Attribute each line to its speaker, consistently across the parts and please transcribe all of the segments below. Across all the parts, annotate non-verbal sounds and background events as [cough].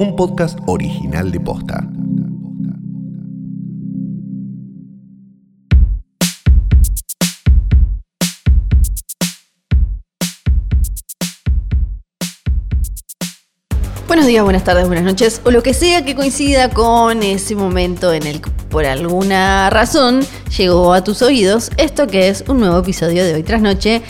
Speaker 1: un podcast original de Posta.
Speaker 2: Buenos días, buenas tardes, buenas noches, o lo que sea que coincida con ese momento en el que por alguna razón llegó a tus oídos esto que es un nuevo episodio de Hoy Tras Noche.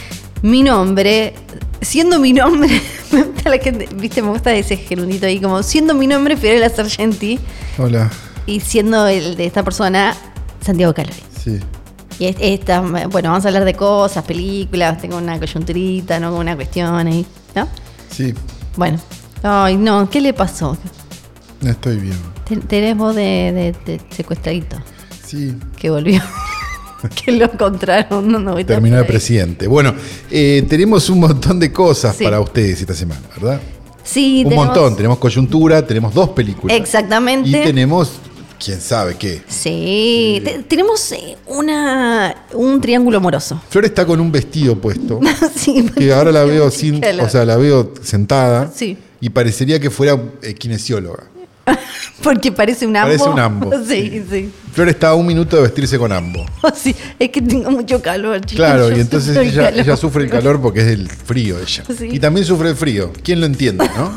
Speaker 2: Mi nombre, siendo mi nombre, [laughs] me gusta la gente, viste, me gusta ese gerundito ahí, como siendo mi nombre Fidel Sargenti
Speaker 3: Hola,
Speaker 2: y siendo el de esta persona Santiago Calori.
Speaker 3: sí.
Speaker 2: Y es- esta, bueno, vamos a hablar de cosas, películas, tengo una coyunturita, ¿no? Como una cuestión ahí, ¿no?
Speaker 3: Sí,
Speaker 2: Bueno. Ay, no, ¿qué le pasó?
Speaker 3: no estoy bien.
Speaker 2: Ten- Tenés voz de, de- de secuestradito
Speaker 3: Sí.
Speaker 2: que volvió. [laughs] que lo encontraron. No, no, voy a
Speaker 3: Terminó el
Speaker 2: estar-
Speaker 3: presidente. Bueno, eh, tenemos un montón de cosas
Speaker 2: Sí.
Speaker 3: para ustedes esta semana, ¿verdad?
Speaker 2: Sí,
Speaker 3: un
Speaker 2: tenemos-
Speaker 3: montón. Tenemos coyuntura, tenemos dos películas.
Speaker 2: Exactamente.
Speaker 3: Y tenemos, quién sabe qué.
Speaker 2: Sí, te- tenemos eh, una, un triángulo amoroso. [laughs]
Speaker 3: Flor está con un vestido puesto,
Speaker 2: sí,
Speaker 3: que
Speaker 2: [laughs]
Speaker 3: ahora la veo sin,
Speaker 2: Claro.
Speaker 3: o sea, la veo sentada.
Speaker 2: Sí.
Speaker 3: Y parecería que fuera eh, kinesióloga.
Speaker 2: porque parece un ambo.
Speaker 3: Parece un ambo.
Speaker 2: [laughs] sí, sí.
Speaker 3: Flor está a un minuto de vestirse con ambos.
Speaker 2: Oh, sí, Es que tengo mucho calor, chicos.
Speaker 3: Claro,
Speaker 2: Yo
Speaker 3: y entonces
Speaker 2: sufro el
Speaker 3: ella,
Speaker 2: calor.
Speaker 3: ella sufre el calor porque es el frío ella.
Speaker 2: Sí.
Speaker 3: Y también sufre el frío. ¿Quién lo entiende, no?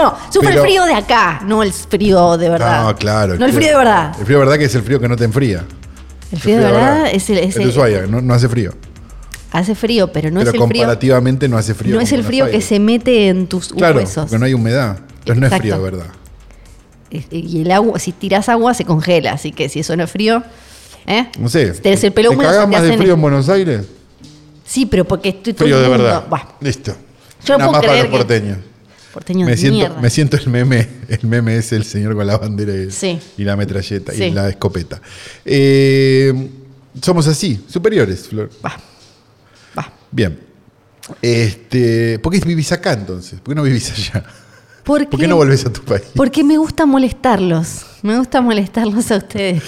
Speaker 2: No, sufre
Speaker 3: Pero-
Speaker 2: el frío de acá, no el frío de [laughs] verdad.
Speaker 3: No, claro.
Speaker 2: No el frío de verdad.
Speaker 3: El frío de verdad que es el frío que no te enfría.
Speaker 2: El frío de verdad es el. es
Speaker 3: el
Speaker 2: el-
Speaker 3: de Ushuaia, no, no hace frío.
Speaker 2: hace frío, pero no
Speaker 3: pero
Speaker 2: es el frío.
Speaker 3: comparativamente no hace frío.
Speaker 2: No
Speaker 3: con
Speaker 2: es el
Speaker 3: Buenos
Speaker 2: frío que
Speaker 3: Aires.
Speaker 2: se mete en tus
Speaker 3: Claro,
Speaker 2: huesos.
Speaker 3: porque no hay humedad. Entonces no es
Speaker 2: Exacto.
Speaker 3: frío de verdad.
Speaker 2: Y- Y el agua, si tirás agua, se congela. Así que si eso no es frío. ¿eh?
Speaker 3: No sé.
Speaker 2: Si tenés el pelo
Speaker 3: ¿Te
Speaker 2: húmedo, se
Speaker 3: cagás
Speaker 2: te
Speaker 3: más de
Speaker 2: hacen-
Speaker 3: frío en Buenos Aires?
Speaker 2: Sí, pero porque estoy todo
Speaker 3: Frío
Speaker 2: el
Speaker 3: de
Speaker 2: mundo-
Speaker 3: verdad.
Speaker 2: Buah,
Speaker 3: Listo.
Speaker 2: Yo no
Speaker 3: Nada
Speaker 2: puedo
Speaker 3: más para
Speaker 2: creer
Speaker 3: los
Speaker 2: que-
Speaker 3: porteños.
Speaker 2: porteño
Speaker 3: Me
Speaker 2: de
Speaker 3: siento,
Speaker 2: mierda.
Speaker 3: me siento el meme, el meme es el señor con la bandera y,
Speaker 2: Sí.
Speaker 3: y la metralleta
Speaker 2: Sí.
Speaker 3: y la escopeta. Eh, somos así, superiores, Flor.
Speaker 2: Buah, buah.
Speaker 3: Bien. Este, ¿Por qué vivís acá entonces? ¿Por qué no vivís allá?
Speaker 2: ¿Por,
Speaker 3: ¿Por qué no volvés a tu país?
Speaker 2: Porque me gusta molestarlos. Me gusta molestarlos a ustedes.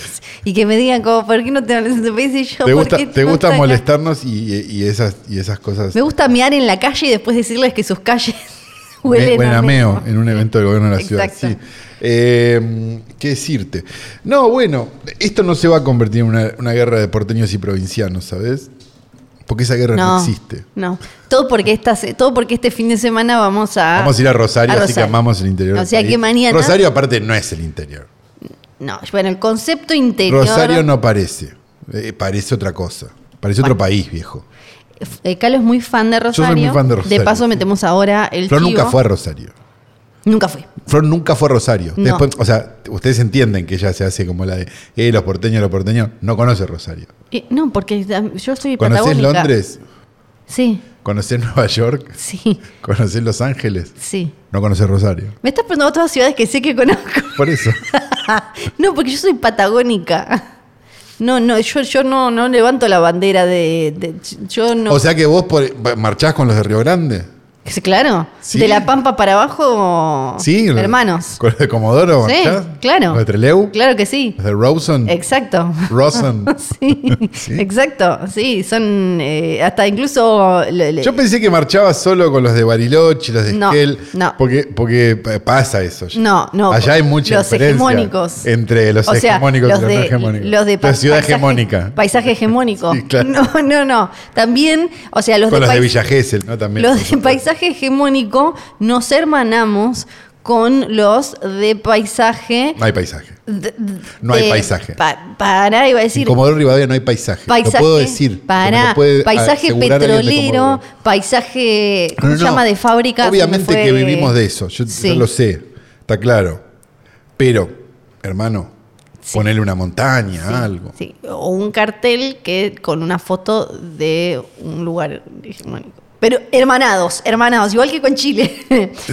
Speaker 2: Y que me digan, como, ¿por qué no te hablas en tu país? Y yo,
Speaker 3: ¿Te
Speaker 2: ¿por
Speaker 3: gusta,
Speaker 2: qué
Speaker 3: te
Speaker 2: no
Speaker 3: gusta
Speaker 2: estás acá?
Speaker 3: molestarnos y, y esas, y esas cosas?
Speaker 2: Me gusta mear en la calle y después decirles que sus calles [laughs]
Speaker 3: Me-
Speaker 2: huelen
Speaker 3: Buen
Speaker 2: a meo.
Speaker 3: ameo en un evento del gobierno de la ciudad.
Speaker 2: Exacto.
Speaker 3: sí. Eh, ¿Qué decirte? No, bueno, esto no se va a convertir en una, una guerra de porteños y provincianos, ¿sabes? Porque esa guerra no, existe.
Speaker 2: No. Todo porque, esta, se- todo porque este fin de semana vamos a.
Speaker 3: Vamos a ir a Rosario,
Speaker 2: Ah, a
Speaker 3: así que amamos el interior.
Speaker 2: O
Speaker 3: del
Speaker 2: sea
Speaker 3: país.
Speaker 2: que mañana.
Speaker 3: Rosario, aparte, no es el interior.
Speaker 2: No, bueno, el concepto interior.
Speaker 3: Rosario no parece. Eh, parece otra cosa. Parece otro país, viejo.
Speaker 2: Eh, Calo es muy fan de
Speaker 3: soy
Speaker 2: Rosario.
Speaker 3: muy fan de Rosario.
Speaker 2: paso metemos ahora el.
Speaker 3: Flor nunca
Speaker 2: chivo.
Speaker 3: fue a Rosario.
Speaker 2: Nunca fui.
Speaker 3: Flor nunca fue a Rosario.
Speaker 2: No.
Speaker 3: Después, o sea, ustedes entienden que ella se hace como la de, eh, los porteños, los porteños. No conoce Rosario.
Speaker 2: Eh, no, porque da- yo soy
Speaker 3: ¿Conocés
Speaker 2: patagónica.
Speaker 3: Londres?
Speaker 2: Sí,
Speaker 3: ¿Conocés Nueva York? [laughs]
Speaker 2: sí,
Speaker 3: ¿Conocés Los Ángeles?
Speaker 2: sí.
Speaker 3: No conocés Rosario.
Speaker 2: Me estás preguntando todas ciudades que sé que conozco. [laughs]
Speaker 3: Por eso.
Speaker 2: no, porque yo soy patagónica. No, no, yo, yo no, no levanto la bandera de. de- yo no.
Speaker 3: O sea que vos por- marchás con los de Río Grande.
Speaker 2: Sí, claro.
Speaker 3: Sí.
Speaker 2: De la pampa para abajo,
Speaker 3: Sí.
Speaker 2: Oh, hermanos.
Speaker 3: ¿Con los de Comodoro
Speaker 2: Sí,
Speaker 3: marchás?
Speaker 2: claro.
Speaker 3: ¿Los de Treleu?
Speaker 2: Claro que sí.
Speaker 3: ¿Los de
Speaker 2: [laughs]
Speaker 3: Rosen?
Speaker 2: Exacto.
Speaker 3: Rosen.
Speaker 2: Sí, exacto. Sí, son eh, hasta incluso. le- le-
Speaker 3: Yo pensé que marchaba solo con los de Bariloche, los de
Speaker 2: No,
Speaker 3: Esquel,
Speaker 2: no.
Speaker 3: porque, porque eh, pasa eso. ya.
Speaker 2: No, no,
Speaker 3: Allá hay mucha
Speaker 2: los
Speaker 3: diferencia
Speaker 2: hegemónicos.
Speaker 3: entre los
Speaker 2: o sea,
Speaker 3: hegemónicos
Speaker 2: los
Speaker 3: y los no
Speaker 2: de,
Speaker 3: hegemónicos.
Speaker 2: los de
Speaker 3: la
Speaker 2: pa-
Speaker 3: ciudad
Speaker 2: paisaje-
Speaker 3: hegemónica.
Speaker 2: Paisaje hegemónico.
Speaker 3: Sí, claro.
Speaker 2: No, no, no. También, o sea, los
Speaker 3: con
Speaker 2: de
Speaker 3: los de
Speaker 2: pais-
Speaker 3: Villa Gesell, ¿no? También. por
Speaker 2: Los de
Speaker 3: supuesto.
Speaker 2: paisaje hegemónico nos hermanamos con los de paisaje.
Speaker 3: No hay paisaje.
Speaker 2: de- de-
Speaker 3: no hay paisaje.
Speaker 2: pa- para, iba a
Speaker 3: En
Speaker 2: decir.
Speaker 3: Comodoro Rivadavia no hay paisaje.
Speaker 2: Paisaje,
Speaker 3: lo puedo decir.
Speaker 2: pará,
Speaker 3: me lo puede
Speaker 2: paisaje
Speaker 3: asegurar alguien de
Speaker 2: petrolero,
Speaker 3: Comodoro.
Speaker 2: paisaje,
Speaker 3: No,
Speaker 2: ¿cómo
Speaker 3: no,
Speaker 2: se
Speaker 3: no.
Speaker 2: llama? De fábrica. se me
Speaker 3: Obviamente
Speaker 2: fue-
Speaker 3: que vivimos de eso. Yo, yo
Speaker 2: Sí.
Speaker 3: lo sé. Está claro. Pero, hermano,
Speaker 2: Sí.
Speaker 3: ponele una montaña, algo.
Speaker 2: Sí, o un cartel que con una foto de un lugar hegemónico. Pero hermanados, hermanados, igual que con Chile.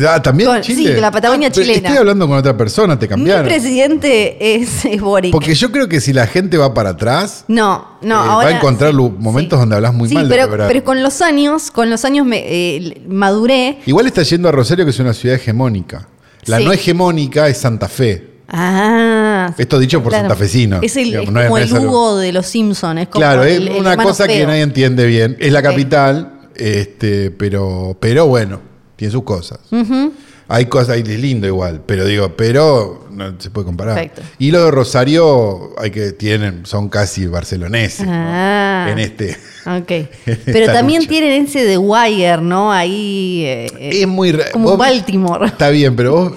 Speaker 3: Ah, ¿También
Speaker 2: Con-
Speaker 3: Chile?
Speaker 2: sí, con la Patagonia
Speaker 3: Ah, pero
Speaker 2: chilena.
Speaker 3: Estoy hablando con otra persona, te
Speaker 2: Mi
Speaker 3: cambiaron.
Speaker 2: presidente es, es Boric.
Speaker 3: Porque yo creo que si la gente va para atrás,
Speaker 2: no, no,
Speaker 3: eh,
Speaker 2: ahora-
Speaker 3: va a encontrar lu- momentos
Speaker 2: sí.
Speaker 3: donde hablas muy
Speaker 2: Sí,
Speaker 3: mal de
Speaker 2: pero,
Speaker 3: Río Grande.
Speaker 2: pero con los años, con los años me, eh, maduré.
Speaker 3: Igual está yendo a Rosario, que es una ciudad hegemónica. La
Speaker 2: Sí.
Speaker 3: no hegemónica es Santa Fe.
Speaker 2: Ah,
Speaker 3: Esto dicho por
Speaker 2: claro.
Speaker 3: santafesino.
Speaker 2: Es, el,
Speaker 3: digamos,
Speaker 2: es
Speaker 3: no
Speaker 2: como
Speaker 3: no
Speaker 2: el
Speaker 3: algo-
Speaker 2: Hugo de los Simpsons. Es como
Speaker 3: Claro, es
Speaker 2: el- el
Speaker 3: una
Speaker 2: hermano
Speaker 3: cosa que
Speaker 2: feo.
Speaker 3: nadie entiende bien. Es la
Speaker 2: Ok.
Speaker 3: capital, este, pero, pero bueno, Tiene sus cosas. [laughs]
Speaker 2: Ujú.
Speaker 3: Hay cosas, hay de lindo igual, pero digo, pero no se puede comparar.
Speaker 2: Perfecto.
Speaker 3: Y los de Rosario hay que tienen, son casi barceloneses ¿no?
Speaker 2: Ah.
Speaker 3: en este. [laughs]
Speaker 2: Ok. Pero
Speaker 3: Esta
Speaker 2: también
Speaker 3: lucha.
Speaker 2: tienen ese de Wire, ¿no? Ahí. eh, eh,
Speaker 3: Es muy ra-
Speaker 2: Como
Speaker 3: vos-
Speaker 2: Baltimore. [laughs]
Speaker 3: Está bien, pero vos,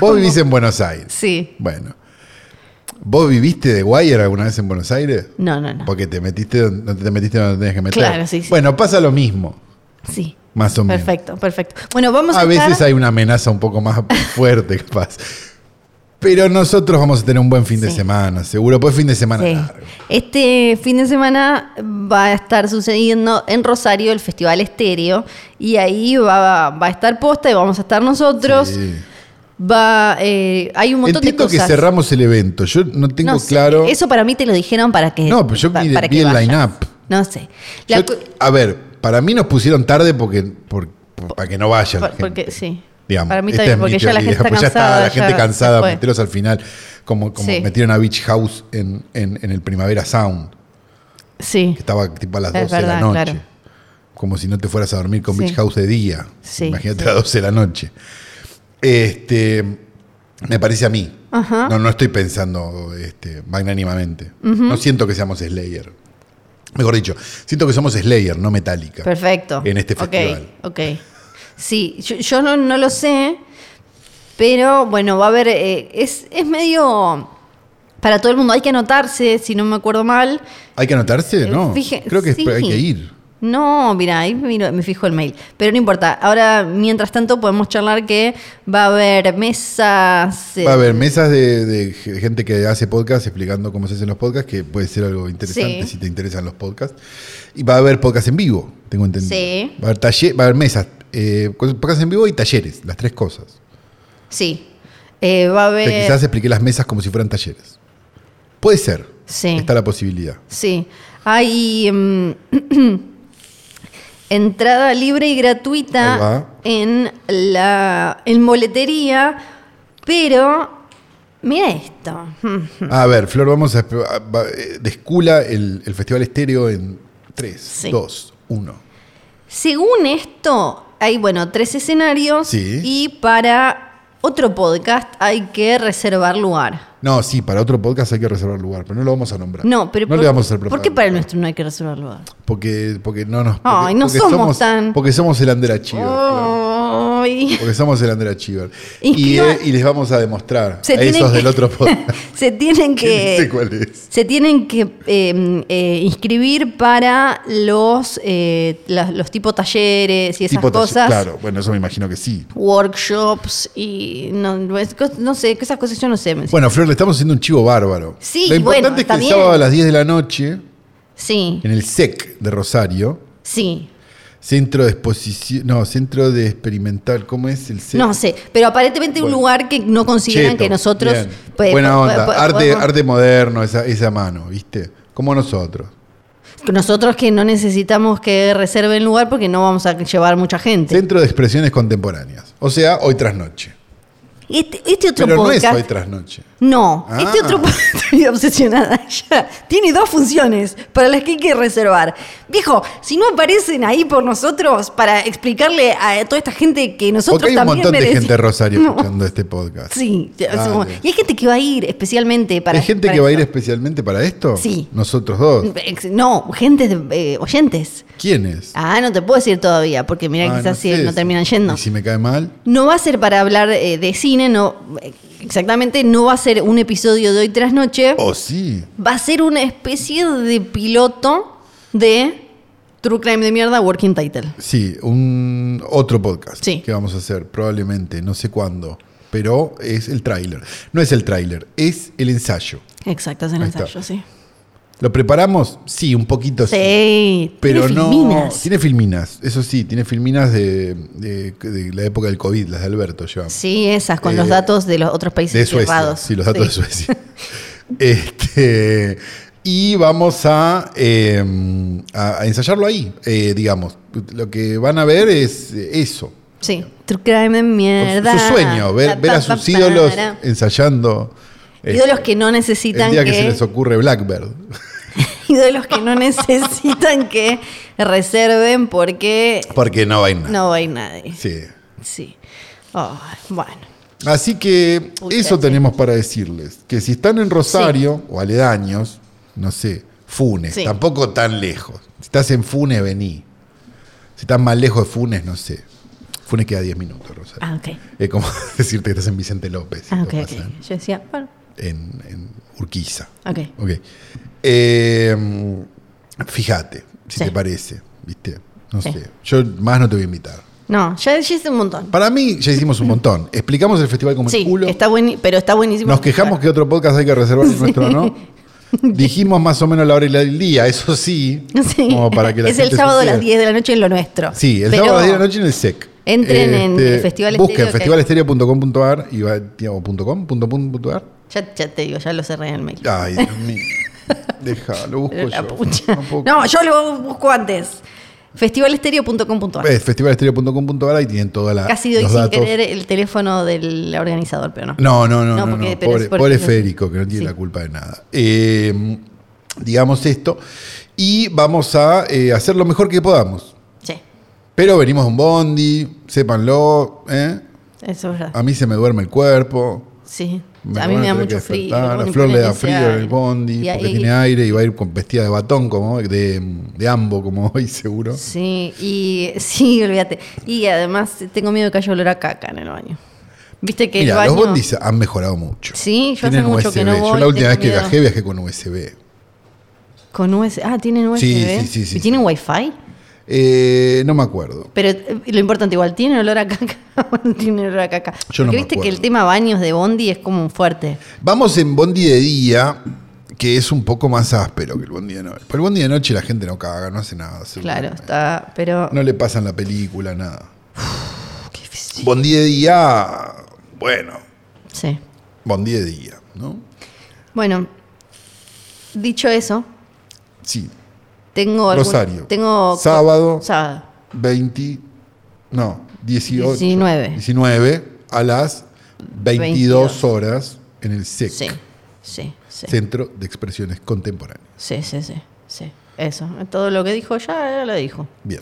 Speaker 3: vos vivís en Buenos Aires.
Speaker 2: Sí.
Speaker 3: Bueno. ¿Vos viviste de Wire alguna vez en Buenos Aires?
Speaker 2: No, no, no.
Speaker 3: Porque te metiste, don- no te metiste donde tenías que meter.
Speaker 2: Claro, sí, sí.
Speaker 3: Bueno, pasa lo mismo,
Speaker 2: Sí.
Speaker 3: más o menos.
Speaker 2: Perfecto, perfecto. Bueno, vamos a.
Speaker 3: A
Speaker 2: estar-
Speaker 3: veces hay una amenaza un
Speaker 2: [laughs]
Speaker 3: poco más fuerte, capaz. Pero nosotros vamos a tener un buen fin de
Speaker 2: Sí.
Speaker 3: semana, seguro. Pues fin de semana
Speaker 2: Sí.
Speaker 3: largo.
Speaker 2: Este fin de semana va a estar sucediendo en Rosario el Festival Estéreo y ahí va, va a estar posta y vamos a estar nosotros.
Speaker 3: Sí.
Speaker 2: Va, eh, hay un montón
Speaker 3: Entiendo
Speaker 2: de
Speaker 3: que
Speaker 2: cosas.
Speaker 3: cerramos el evento. Yo no tengo
Speaker 2: No sé,
Speaker 3: claro.
Speaker 2: Eso para mí te lo dijeron para que.
Speaker 3: No, pero yo
Speaker 2: pa-
Speaker 3: vi-
Speaker 2: para
Speaker 3: vi
Speaker 2: que
Speaker 3: el
Speaker 2: vayas.
Speaker 3: line-up.
Speaker 2: No sé. La
Speaker 3: Yo-
Speaker 2: cu-
Speaker 3: a ver, para mí nos pusieron tarde porque, por- por- para que no vayan.
Speaker 2: por- porque sí.
Speaker 3: Digamos,
Speaker 2: para mí
Speaker 3: esta
Speaker 2: también,
Speaker 3: es mi
Speaker 2: porque ya la
Speaker 3: teoría, [laughs]
Speaker 2: gente está
Speaker 3: porque ya
Speaker 2: cansada.
Speaker 3: la gente
Speaker 2: ya se
Speaker 3: cansada,
Speaker 2: fue.
Speaker 3: meteros al final, como, como
Speaker 2: Sí.
Speaker 3: metieron a Beach House en, en- en el Primavera Sound,
Speaker 2: Sí.
Speaker 3: que estaba tipo a las 12
Speaker 2: Es
Speaker 3: de la
Speaker 2: verdad,
Speaker 3: noche.
Speaker 2: claro.
Speaker 3: Como si no te fueras a dormir con
Speaker 2: Sí.
Speaker 3: Beach House de día.
Speaker 2: Sí,
Speaker 3: Imagínate
Speaker 2: sí.
Speaker 3: a las 12 de la noche. Este, me parece a mí.
Speaker 2: Ajá.
Speaker 3: No, no estoy pensando este, magnánimamente. No siento que seamos Slayer. Mejor dicho, siento que somos Slayer, no Metallica.
Speaker 2: Perfecto.
Speaker 3: En este
Speaker 2: Ok,
Speaker 3: festival.
Speaker 2: Ok. Sí, yo, yo no, no lo sé, pero bueno, va a haber. eh, es, es medio. Para todo el mundo, hay que anotarse, si no me acuerdo mal.
Speaker 3: ¿Hay que anotarse? No.
Speaker 2: eh, Fije-
Speaker 3: Creo que
Speaker 2: sí.
Speaker 3: hay que ir.
Speaker 2: No, mira, ahí miro- me fijo el mail. Pero no importa. Ahora, mientras tanto, podemos charlar que va a haber mesas. eh,
Speaker 3: Va a haber mesas de, de gente que hace podcast explicando cómo se hacen los podcasts, que puede ser algo interesante
Speaker 2: Sí.
Speaker 3: si te interesan los podcasts. Y va a haber podcast en vivo, tengo entendido.
Speaker 2: Sí.
Speaker 3: Va a haber, talle- va a haber mesas, eh, cosas- podcast en vivo y talleres, las tres cosas.
Speaker 2: Sí. Eh, va a
Speaker 3: O
Speaker 2: haber.
Speaker 3: sea, quizás expliqué las mesas como si fueran talleres. Puede ser.
Speaker 2: Sí.
Speaker 3: Está la posibilidad.
Speaker 2: Sí. Hay mm, [clears throat] entrada libre y
Speaker 3: Ahí
Speaker 2: gratuita
Speaker 3: va.
Speaker 2: en la en boletería, pero mira esto. Hmm.
Speaker 3: A ver, Flor, vamos a. a- va- eh, Descula el, el Festival Estéreo en 3,
Speaker 2: Sí.
Speaker 3: 2, 1.
Speaker 2: Según esto, hay bueno, tres escenarios
Speaker 3: Sí.
Speaker 2: y para otro podcast hay que reservar lugar.
Speaker 3: No, sí, para otro podcast hay que reservar lugar, pero no lo vamos a nombrar.
Speaker 2: No, pero
Speaker 3: no le vamos a
Speaker 2: ¿Por
Speaker 3: hacer
Speaker 2: qué para el
Speaker 3: propaganda.
Speaker 2: nuestro no hay que reservar lugar?
Speaker 3: Porque, porque no nos.
Speaker 2: Ay,
Speaker 3: porque-
Speaker 2: no
Speaker 3: porque
Speaker 2: somos tan- Oh.
Speaker 3: Porque somos el Andera Chiver. Flor.
Speaker 2: Ay. [laughs]
Speaker 3: Porque somos el Andera Chiver. Y,
Speaker 2: Inscriba-
Speaker 3: eh, y les vamos a demostrar
Speaker 2: Se
Speaker 3: a
Speaker 2: tienen
Speaker 3: esos
Speaker 2: que-
Speaker 3: del
Speaker 2: [laughs]
Speaker 3: otro [laughs] podcast.
Speaker 2: Se
Speaker 3: [laughs]
Speaker 2: tienen que
Speaker 3: No sé cuál es.
Speaker 2: Se tienen que eh, eh, inscribir para los, eh, la- los tipo talleres y esas
Speaker 3: Tipo taller-
Speaker 2: cosas.
Speaker 3: Claro, bueno, eso me imagino que sí.
Speaker 2: Workshops y no, no es cos- no sé, esas cosas yo no sé. me-
Speaker 3: Bueno, Flor, le estamos haciendo un chivo bárbaro.
Speaker 2: Sí,
Speaker 3: Lo
Speaker 2: bueno,
Speaker 3: importante es que
Speaker 2: está
Speaker 3: el
Speaker 2: bien.
Speaker 3: sábado a las 10 de la noche,
Speaker 2: sí,
Speaker 3: en el SEC de Rosario,
Speaker 2: sí.
Speaker 3: Centro de Exposición. No, Centro de Experimental. ¿Cómo es el SEC?
Speaker 2: No sé, pero aparentemente
Speaker 3: Bueno.
Speaker 2: un lugar que no consideran
Speaker 3: Cheto,
Speaker 2: que nosotros...
Speaker 3: bien.
Speaker 2: pues,
Speaker 3: Buena
Speaker 2: po-
Speaker 3: onda.
Speaker 2: po- po-
Speaker 3: arte,
Speaker 2: podemos-
Speaker 3: arte moderno, esa, esa mano, ¿viste? Como nosotros.
Speaker 2: que Nosotros que no necesitamos que reserven lugar porque no vamos a llevar mucha gente.
Speaker 3: Centro de Expresiones Contemporáneas. O sea, hoy tras noche.
Speaker 2: Este, este otro
Speaker 3: Pero no es
Speaker 2: podcast...
Speaker 3: hoy tras noche.
Speaker 2: No,
Speaker 3: Ah.
Speaker 2: este otro [laughs] estoy obsesionada ya. Tiene dos funciones para las que hay que reservar. Viejo, si no aparecen ahí por nosotros para explicarle a toda esta gente que nosotros
Speaker 3: Porque hay un
Speaker 2: también
Speaker 3: montón de
Speaker 2: merece-
Speaker 3: gente de
Speaker 2: [laughs]
Speaker 3: Rosario
Speaker 2: No,
Speaker 3: escuchando este podcast.
Speaker 2: Sí, es
Speaker 3: Dale.
Speaker 2: como- y hay gente que va a ir especialmente para.
Speaker 3: ¿Hay gente
Speaker 2: para
Speaker 3: que va a ir
Speaker 2: eso.
Speaker 3: especialmente para esto?
Speaker 2: Sí.
Speaker 3: Nosotros dos.
Speaker 2: Ex- No, gente de, eh, oyentes.
Speaker 3: ¿Quiénes?
Speaker 2: Ah, no te puedo decir todavía, porque mira,
Speaker 3: Ah,
Speaker 2: quizás si
Speaker 3: sé.
Speaker 2: no terminan yendo.
Speaker 3: ¿Y si me cae mal?
Speaker 2: No va a ser para hablar eh, de cine, no. eh, Exactamente, no va a ser un episodio de hoy tras noche.
Speaker 3: Oh, sí.
Speaker 2: va a ser una especie de piloto de True Crime de mierda Working Title.
Speaker 3: Sí, un otro podcast
Speaker 2: Sí.
Speaker 3: que vamos a hacer, probablemente, no sé cuándo. Pero es el tráiler. No es el tráiler, es el ensayo.
Speaker 2: Exacto, es el
Speaker 3: Ahí está.
Speaker 2: ensayo, sí.
Speaker 3: ¿Lo preparamos? Sí, un poquito
Speaker 2: Sí,
Speaker 3: Pero
Speaker 2: tiene
Speaker 3: no.
Speaker 2: filminas.
Speaker 3: Tiene filminas, eso sí, tiene filminas de, de- de la época del COVID, las de Alberto llevamos.
Speaker 2: Sí, esas, con
Speaker 3: Eh,
Speaker 2: los datos de los otros países
Speaker 3: de Suecia.
Speaker 2: cerrados.
Speaker 3: Sí, los datos
Speaker 2: Sí.
Speaker 3: de Suecia. [laughs] Este, y vamos a, eh, a- a ensayarlo ahí, eh, digamos. Lo que van a ver es eh, eso.
Speaker 2: Sí, True Crime de mierda.
Speaker 3: Su sueño, ver,
Speaker 2: Pa,
Speaker 3: ver
Speaker 2: pa,
Speaker 3: a
Speaker 2: pa,
Speaker 3: sus ídolos
Speaker 2: para.
Speaker 3: ensayando. eh,
Speaker 2: Ídolos que no
Speaker 3: el
Speaker 2: necesitan
Speaker 3: día
Speaker 2: que.
Speaker 3: que... se les ocurre Blackbird.
Speaker 2: [laughs] ídolos que no necesitan que reserven porque
Speaker 3: Porque no va a ir nada.
Speaker 2: no hay nadie.
Speaker 3: Sí.
Speaker 2: Sí. Oh, bueno.
Speaker 3: Así que
Speaker 2: Pucha,
Speaker 3: eso
Speaker 2: sí.
Speaker 3: tenemos para decirles. Que si están en Rosario o aledaños, no sé, Funes,
Speaker 2: Sí.
Speaker 3: tampoco tan lejos. Si estás en Funes, vení. Si estás más lejos de Funes, no sé. Funes queda 10 minutos, de Rosario.
Speaker 2: Ah, ok.
Speaker 3: Es como [laughs] decirte que estás en Vicente López.
Speaker 2: Ah,
Speaker 3: o
Speaker 2: ok, ok.
Speaker 3: pasa en-
Speaker 2: Yo decía, bueno,
Speaker 3: En, en Urquiza.
Speaker 2: ok.
Speaker 3: Ok. Eh, fíjate, si
Speaker 2: Sí.
Speaker 3: te parece, ¿viste? No
Speaker 2: Sí.
Speaker 3: sé. Yo más no te voy a invitar.
Speaker 2: No, ya hiciste un montón.
Speaker 3: Para mí ya hicimos un montón. Explicamos el festival como
Speaker 2: Sí,
Speaker 3: el culo.
Speaker 2: está buen, pero está buenísimo. este
Speaker 3: Nos
Speaker 2: [laughs]
Speaker 3: quejamos que otro podcast hay que reservar el nuestro, ¿no? Dijimos más o menos la hora y la- el día, eso sí.
Speaker 2: Sí.
Speaker 3: como para que la
Speaker 2: es el
Speaker 3: gente
Speaker 2: sábado a las
Speaker 3: supiera.
Speaker 2: 10 de la noche en lo nuestro.
Speaker 3: Sí, el
Speaker 2: Pero-
Speaker 3: sábado a las 10 de la noche en el SEC. Este,
Speaker 2: Entren en el Festival
Speaker 3: Busquen
Speaker 2: Estéreo que-
Speaker 3: festivalestereo.com.ar y va, digamos, punto .com, punto .com, punto .ar.
Speaker 2: Ya, ya te digo, ya lo cerré en el mail.
Speaker 3: Ay, Dios
Speaker 2: [laughs]
Speaker 3: mío. Deja, lo busco
Speaker 2: Pero la
Speaker 3: yo.
Speaker 2: pucha.
Speaker 3: No puedo-
Speaker 2: No, yo lo busco antes. Festivalestereo.com.ar.
Speaker 3: Es festivalestereo.com.ar ahí tienen toda la
Speaker 2: Casi doy
Speaker 3: Ah, los
Speaker 2: sin
Speaker 3: datos.
Speaker 2: querer el teléfono del organizador, pero no.
Speaker 3: No, no, no,
Speaker 2: No,
Speaker 3: no,
Speaker 2: porque-
Speaker 3: no.
Speaker 2: pero
Speaker 3: Pobre,
Speaker 2: es porque-
Speaker 3: pobre Federico, que no tiene
Speaker 2: Sí.
Speaker 3: la culpa de nada. Eh, digamos esto. Y vamos a eh, hacer lo mejor que podamos.
Speaker 2: Sí,
Speaker 3: Pero venimos un bondi, sépanlo. ¿eh?
Speaker 2: eso es verdad.
Speaker 3: A mí se me duerme el cuerpo.
Speaker 2: Sí.
Speaker 3: Ah, Me
Speaker 2: a mí me da
Speaker 3: van a tener que
Speaker 2: mucho frío.
Speaker 3: despertar.
Speaker 2: no
Speaker 3: A Flor le da
Speaker 2: importa que sea
Speaker 3: frío en el bondi
Speaker 2: y ahí-
Speaker 3: porque tiene aire y va a ir con vestida de batón, como hoy, de, de ambo, como [laughs] hoy seguro.
Speaker 2: Sí, y [laughs] sí, olvídate. Y además tengo miedo que haya olor a caca en el baño. Viste que
Speaker 3: Mira,
Speaker 2: el baño...
Speaker 3: los bondis han mejorado mucho.
Speaker 2: Sí, yo hace
Speaker 3: Tienen
Speaker 2: mucho
Speaker 3: USB.
Speaker 2: que no
Speaker 3: Yo
Speaker 2: voy,
Speaker 3: la última
Speaker 2: tengo
Speaker 3: vez que
Speaker 2: miedo.
Speaker 3: viajé, viajé con USB.
Speaker 2: Con USB. Ah, tienen USB.
Speaker 3: Sí, sí, sí, sí,
Speaker 2: ¿Y tienen
Speaker 3: sí.
Speaker 2: wifi?
Speaker 3: Eh, no me acuerdo.
Speaker 2: Pero eh, lo importante igual, ¿tiene olor a caca [laughs] o no tiene olor a caca?
Speaker 3: Yo no
Speaker 2: Porque
Speaker 3: me
Speaker 2: viste que
Speaker 3: acuerdo.
Speaker 2: el tema baños de Bondi es como un fuerte.
Speaker 3: Vamos en bondi de día, que es un poco más áspero que el bondi de noche. Pero el bondi de noche la gente no caga, no hace nada.
Speaker 2: Claro,
Speaker 3: seguramente.
Speaker 2: está... Pero...
Speaker 3: No le pasan la película, nada.
Speaker 2: Qué difícil.
Speaker 3: Bondi de día, bueno,
Speaker 2: Sí.
Speaker 3: bondi de día, ¿no?
Speaker 2: Bueno, dicho eso,
Speaker 3: Sí,
Speaker 2: tengo... algún-
Speaker 3: Rosario.
Speaker 2: tengo...
Speaker 3: Sábado.
Speaker 2: Sábado.
Speaker 3: 20, no, 18.
Speaker 2: 19.
Speaker 3: 19 a las 22,
Speaker 2: 22.
Speaker 3: horas en el SEC,
Speaker 2: Sí, sí, sí.
Speaker 3: Centro de Expresiones Contemporáneas.
Speaker 2: Sí, sí, sí, sí. Eso. Todo lo que dijo ya, ya lo dijo.
Speaker 3: Bien.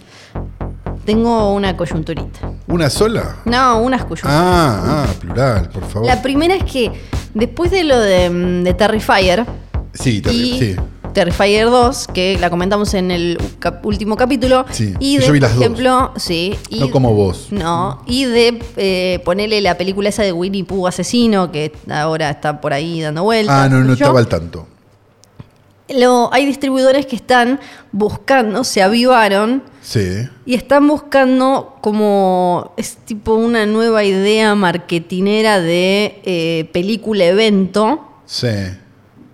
Speaker 2: Tengo una coyunturita.
Speaker 3: ¿Una sola?
Speaker 2: No, unas coyunturas.
Speaker 3: Ah, ah, plural, por favor.
Speaker 2: La primera es que después de lo de, mm, de Terrifier
Speaker 3: sí,
Speaker 2: y
Speaker 3: terrible, sí.
Speaker 2: Terrifier 2, que la comentamos en el cap- último capítulo,
Speaker 3: Sí,
Speaker 2: y
Speaker 3: yo
Speaker 2: de,
Speaker 3: vi las
Speaker 2: por
Speaker 3: dos.
Speaker 2: ejemplo, sí, y-
Speaker 3: No como vos.
Speaker 2: No, y de eh, ponerle la película esa de Winnie Pooh asesino, que ahora está por ahí dando vueltas.
Speaker 3: Ah, no,
Speaker 2: qué
Speaker 3: no
Speaker 2: sé yo.
Speaker 3: estaba al tanto.
Speaker 2: Lo- hay distribuidores que están buscando, se avivaron
Speaker 3: Sí.
Speaker 2: y están buscando como es tipo una nueva idea marketinera de eh, película evento
Speaker 3: Sí.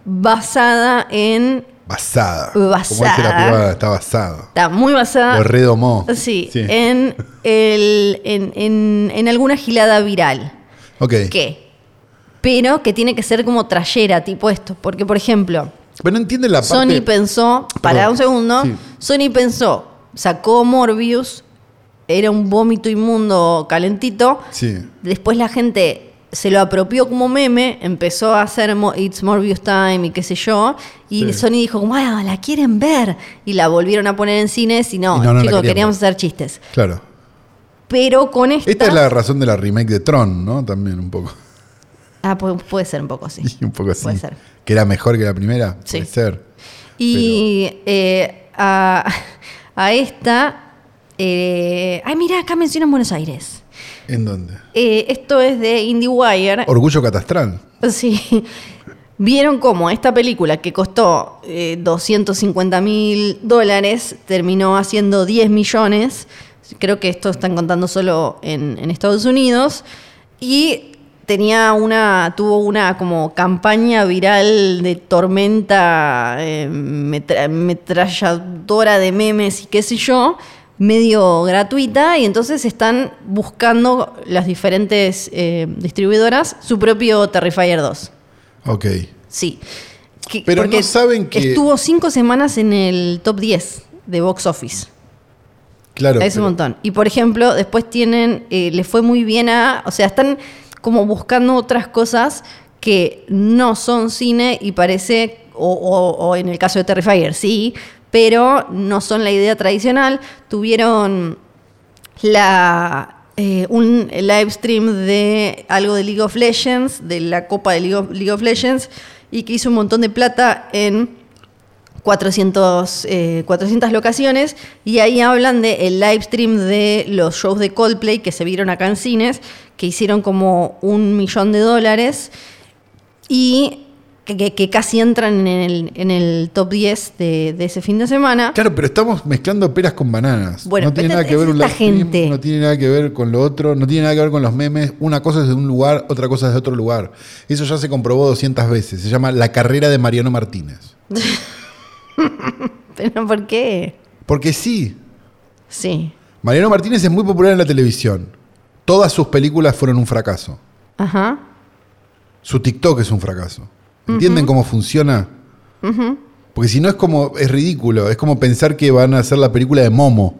Speaker 2: basada en
Speaker 3: Basada. Como
Speaker 2: Basada.
Speaker 3: dice la privada, está basada.
Speaker 2: está muy basada
Speaker 3: Lo redomó.
Speaker 2: sí, eh, en el en, en- en alguna gilada viral
Speaker 3: ok.
Speaker 2: que pero que tiene que ser como trayera tipo esto porque por ejemplo
Speaker 3: Pero no entiende la parte.
Speaker 2: Sony pensó, para
Speaker 3: Perdón.
Speaker 2: un segundo,
Speaker 3: Sí.
Speaker 2: Sony pensó, sacó Morbius, era un vómito inmundo calentito,
Speaker 3: Sí.
Speaker 2: después la gente se lo apropió como meme, empezó a hacer mo- It's Morbius Time y qué sé yo, y
Speaker 3: Sí.
Speaker 2: Sony dijo, como, "Ah, la quieren ver, y la volvieron a poner en cines y no,
Speaker 3: Y no, no la
Speaker 2: chicos,
Speaker 3: querían
Speaker 2: queríamos hacer chistes.
Speaker 3: Claro.
Speaker 2: Pero con esta...
Speaker 3: Esta es la razón de la remake de Tron, ¿no? También un poco. [laughs]
Speaker 2: Ah, pu- puede ser un poco, sí.
Speaker 3: Y un poco así.
Speaker 2: Puede ser.
Speaker 3: Que era mejor que la primera.
Speaker 2: Sí.
Speaker 3: Puede ser.
Speaker 2: Y eh, a, [laughs] a esta. eh, ay, mira, acá mencionan Buenos Aires.
Speaker 3: ¿En dónde?
Speaker 2: Eh, esto es de IndieWire.
Speaker 3: Orgullo catastral.
Speaker 2: Sí. Vieron cómo esta película que costó 250 mil dólares terminó haciendo 10 millones. Creo que esto están contando solo en, en Estados Unidos. Y tenía una, tuvo una como campaña viral de tormenta eh, metra- metralladora de memes y qué sé yo, medio gratuita. Y entonces están buscando las diferentes eh, distribuidoras su propio Terrifier 2.
Speaker 3: Ok.
Speaker 2: Sí. Que-
Speaker 3: Pero
Speaker 2: porque
Speaker 3: no saben que-
Speaker 2: Estuvo cinco semanas en el top 10 de box office.
Speaker 3: Claro.
Speaker 2: es un
Speaker 3: pero-
Speaker 2: montón. Y por ejemplo, después tienen. eh, le fue muy bien a. O sea, están como buscando otras cosas que no son cine y parece. O, o- o en el caso de Terrifier, sí. Pero no son la idea tradicional. Tuvieron la. eh, un live stream de algo de League of Legends, de la Copa de League of, League of Legends, y que hizo un montón de plata en 400, eh, 400 locaciones, y ahí hablan del el live stream de los shows de Coldplay que se vieron acá en cines, que hicieron como un millón de dólares, y que, que- que casi entran en el, en el top 10 de, de ese fin de semana.
Speaker 3: Claro, pero estamos mezclando peras con bananas.
Speaker 2: Bueno,
Speaker 3: no tiene
Speaker 2: pero
Speaker 3: nada que
Speaker 2: es
Speaker 3: ver un
Speaker 2: esta
Speaker 3: live stream,
Speaker 2: gente.
Speaker 3: no tiene nada que ver con lo otro, no tiene nada que ver con los memes. Una cosa es de un lugar, otra cosa es de otro lugar. Eso ya se comprobó 200 veces. Se llama la carrera de Mariano Martínez.
Speaker 2: [laughs] ¿Pero por qué?
Speaker 3: Porque sí,
Speaker 2: Sí.
Speaker 3: Mariano Martínez es muy popular en la televisión. Todas sus películas fueron un fracaso.
Speaker 2: Ajá.
Speaker 3: Su TikTok es un fracaso. ¿Entienden cómo funciona? Porque si no es como, es ridículo. Es como pensar que van a hacer la película de Momo.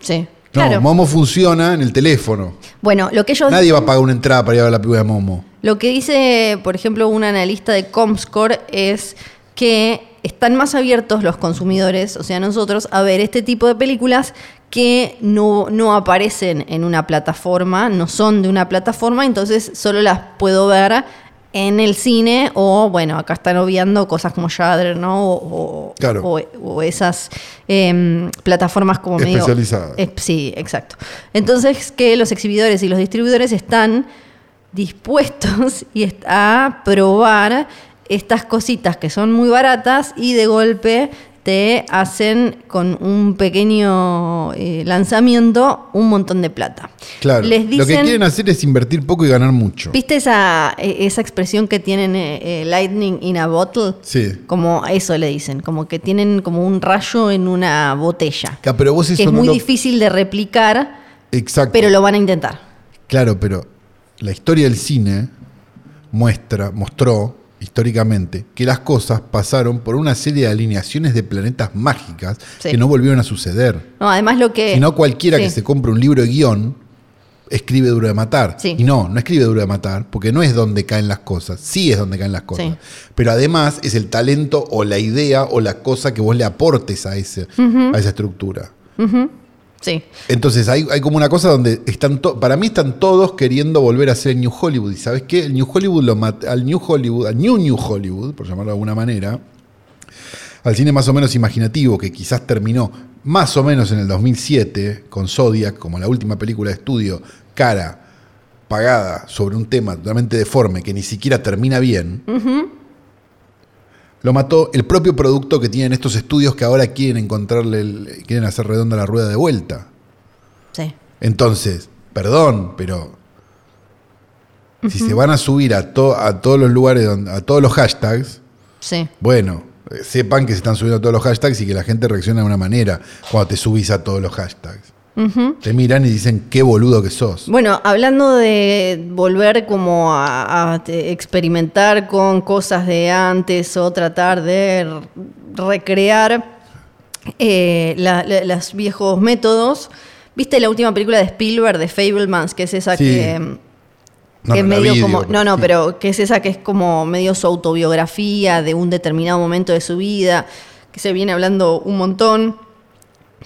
Speaker 2: Sí.
Speaker 3: No,
Speaker 2: Claro.
Speaker 3: Momo funciona en el teléfono.
Speaker 2: Bueno, lo que ellos
Speaker 3: Nadie va a pagar una entrada para ir a ver la película de Momo.
Speaker 2: Lo que dice, por ejemplo, un analista de Comscore es que están más abiertos los consumidores, o sea, nosotros, a ver este tipo de películas que no, no aparecen en una plataforma, no son de una plataforma, entonces solo las puedo ver en el cine o, bueno, acá están obviando cosas como Shudder, ¿no? O, o-
Speaker 3: Claro.
Speaker 2: o- o esas em, plataformas como medio-
Speaker 3: Especializadas.
Speaker 2: Eh, sí, exacto. Entonces, que los exhibidores y los distribuidores están dispuestos [laughs] y est- a probar estas cositas que son muy baratas y de golpe te hacen con un pequeño eh, lanzamiento un montón de plata.
Speaker 3: Claro.
Speaker 2: Les dicen,
Speaker 3: lo que quieren hacer es invertir poco y ganar mucho.
Speaker 2: ¿Viste esa, eh, esa expresión que tienen eh, eh, lightning in a bottle?
Speaker 3: Sí.
Speaker 2: Como a eso le dicen, como que tienen como un rayo en una botella.
Speaker 3: Ca- Ah, Pero vos eso
Speaker 2: Que es
Speaker 3: no
Speaker 2: muy
Speaker 3: lo-
Speaker 2: difícil de replicar,
Speaker 3: Exacto.
Speaker 2: pero lo van a intentar.
Speaker 3: Claro, pero la historia del cine muestra, mostró históricamente que las cosas pasaron por una serie de alineaciones de planetas mágicas
Speaker 2: Sí.
Speaker 3: que no volvieron a suceder.
Speaker 2: No, además lo que...
Speaker 3: Si no, cualquiera
Speaker 2: Sí.
Speaker 3: que se compre un libro de guión escribe Duro de Matar.
Speaker 2: Sí.
Speaker 3: Y no, no escribe Duro de Matar, porque no es donde caen las cosas. Sí es donde caen las cosas.
Speaker 2: Sí.
Speaker 3: Pero además es el talento o la idea o la cosa que vos le aportes a, ese, a esa estructura.
Speaker 2: Sí.
Speaker 3: Entonces hay, hay como una cosa donde están to- para mí están todos queriendo volver a ser el New Hollywood. ¿Y sabes qué? El New Hollywood lo mat- al New Hollywood, al New New Hollywood, por llamarlo de alguna manera, al cine más o menos imaginativo que quizás terminó más o menos en el 2007 con Zodiac como la última película de estudio cara pagada sobre un tema totalmente deforme que ni siquiera termina bien. Lo mató el propio producto que tienen estos estudios que ahora quieren encontrarle, el- quieren hacer redonda la rueda de vuelta.
Speaker 2: Sí.
Speaker 3: Entonces, perdón, pero si se van a subir a, to- a todos los lugares, donde- a todos los hashtags,
Speaker 2: Sí.
Speaker 3: bueno, eh, sepan que se están subiendo a todos los hashtags y que la gente reacciona de una manera cuando te subís a todos los hashtags. Te miran y dicen, qué boludo que sos.
Speaker 2: Bueno, hablando de volver como a, a te- experimentar con cosas de antes o tratar de r- recrear eh, la- la- los viejos métodos, ¿viste la última película de Spielberg, de Fablemans, que es esa
Speaker 3: Sí.
Speaker 2: que... mm, que es
Speaker 3: la
Speaker 2: medio
Speaker 3: vi,
Speaker 2: como,
Speaker 3: digo,
Speaker 2: no, no,
Speaker 3: sí.
Speaker 2: pero que es esa que es como medio su autobiografía de un determinado momento de su vida, que se viene hablando un montón,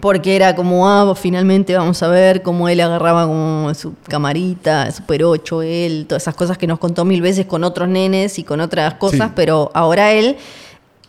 Speaker 2: porque era como, ah, finalmente vamos a ver cómo él agarraba como su camarita, Super 8, él, todas esas cosas que nos contó mil veces con otros nenes y con otras cosas,
Speaker 3: Sí.
Speaker 2: pero ahora él...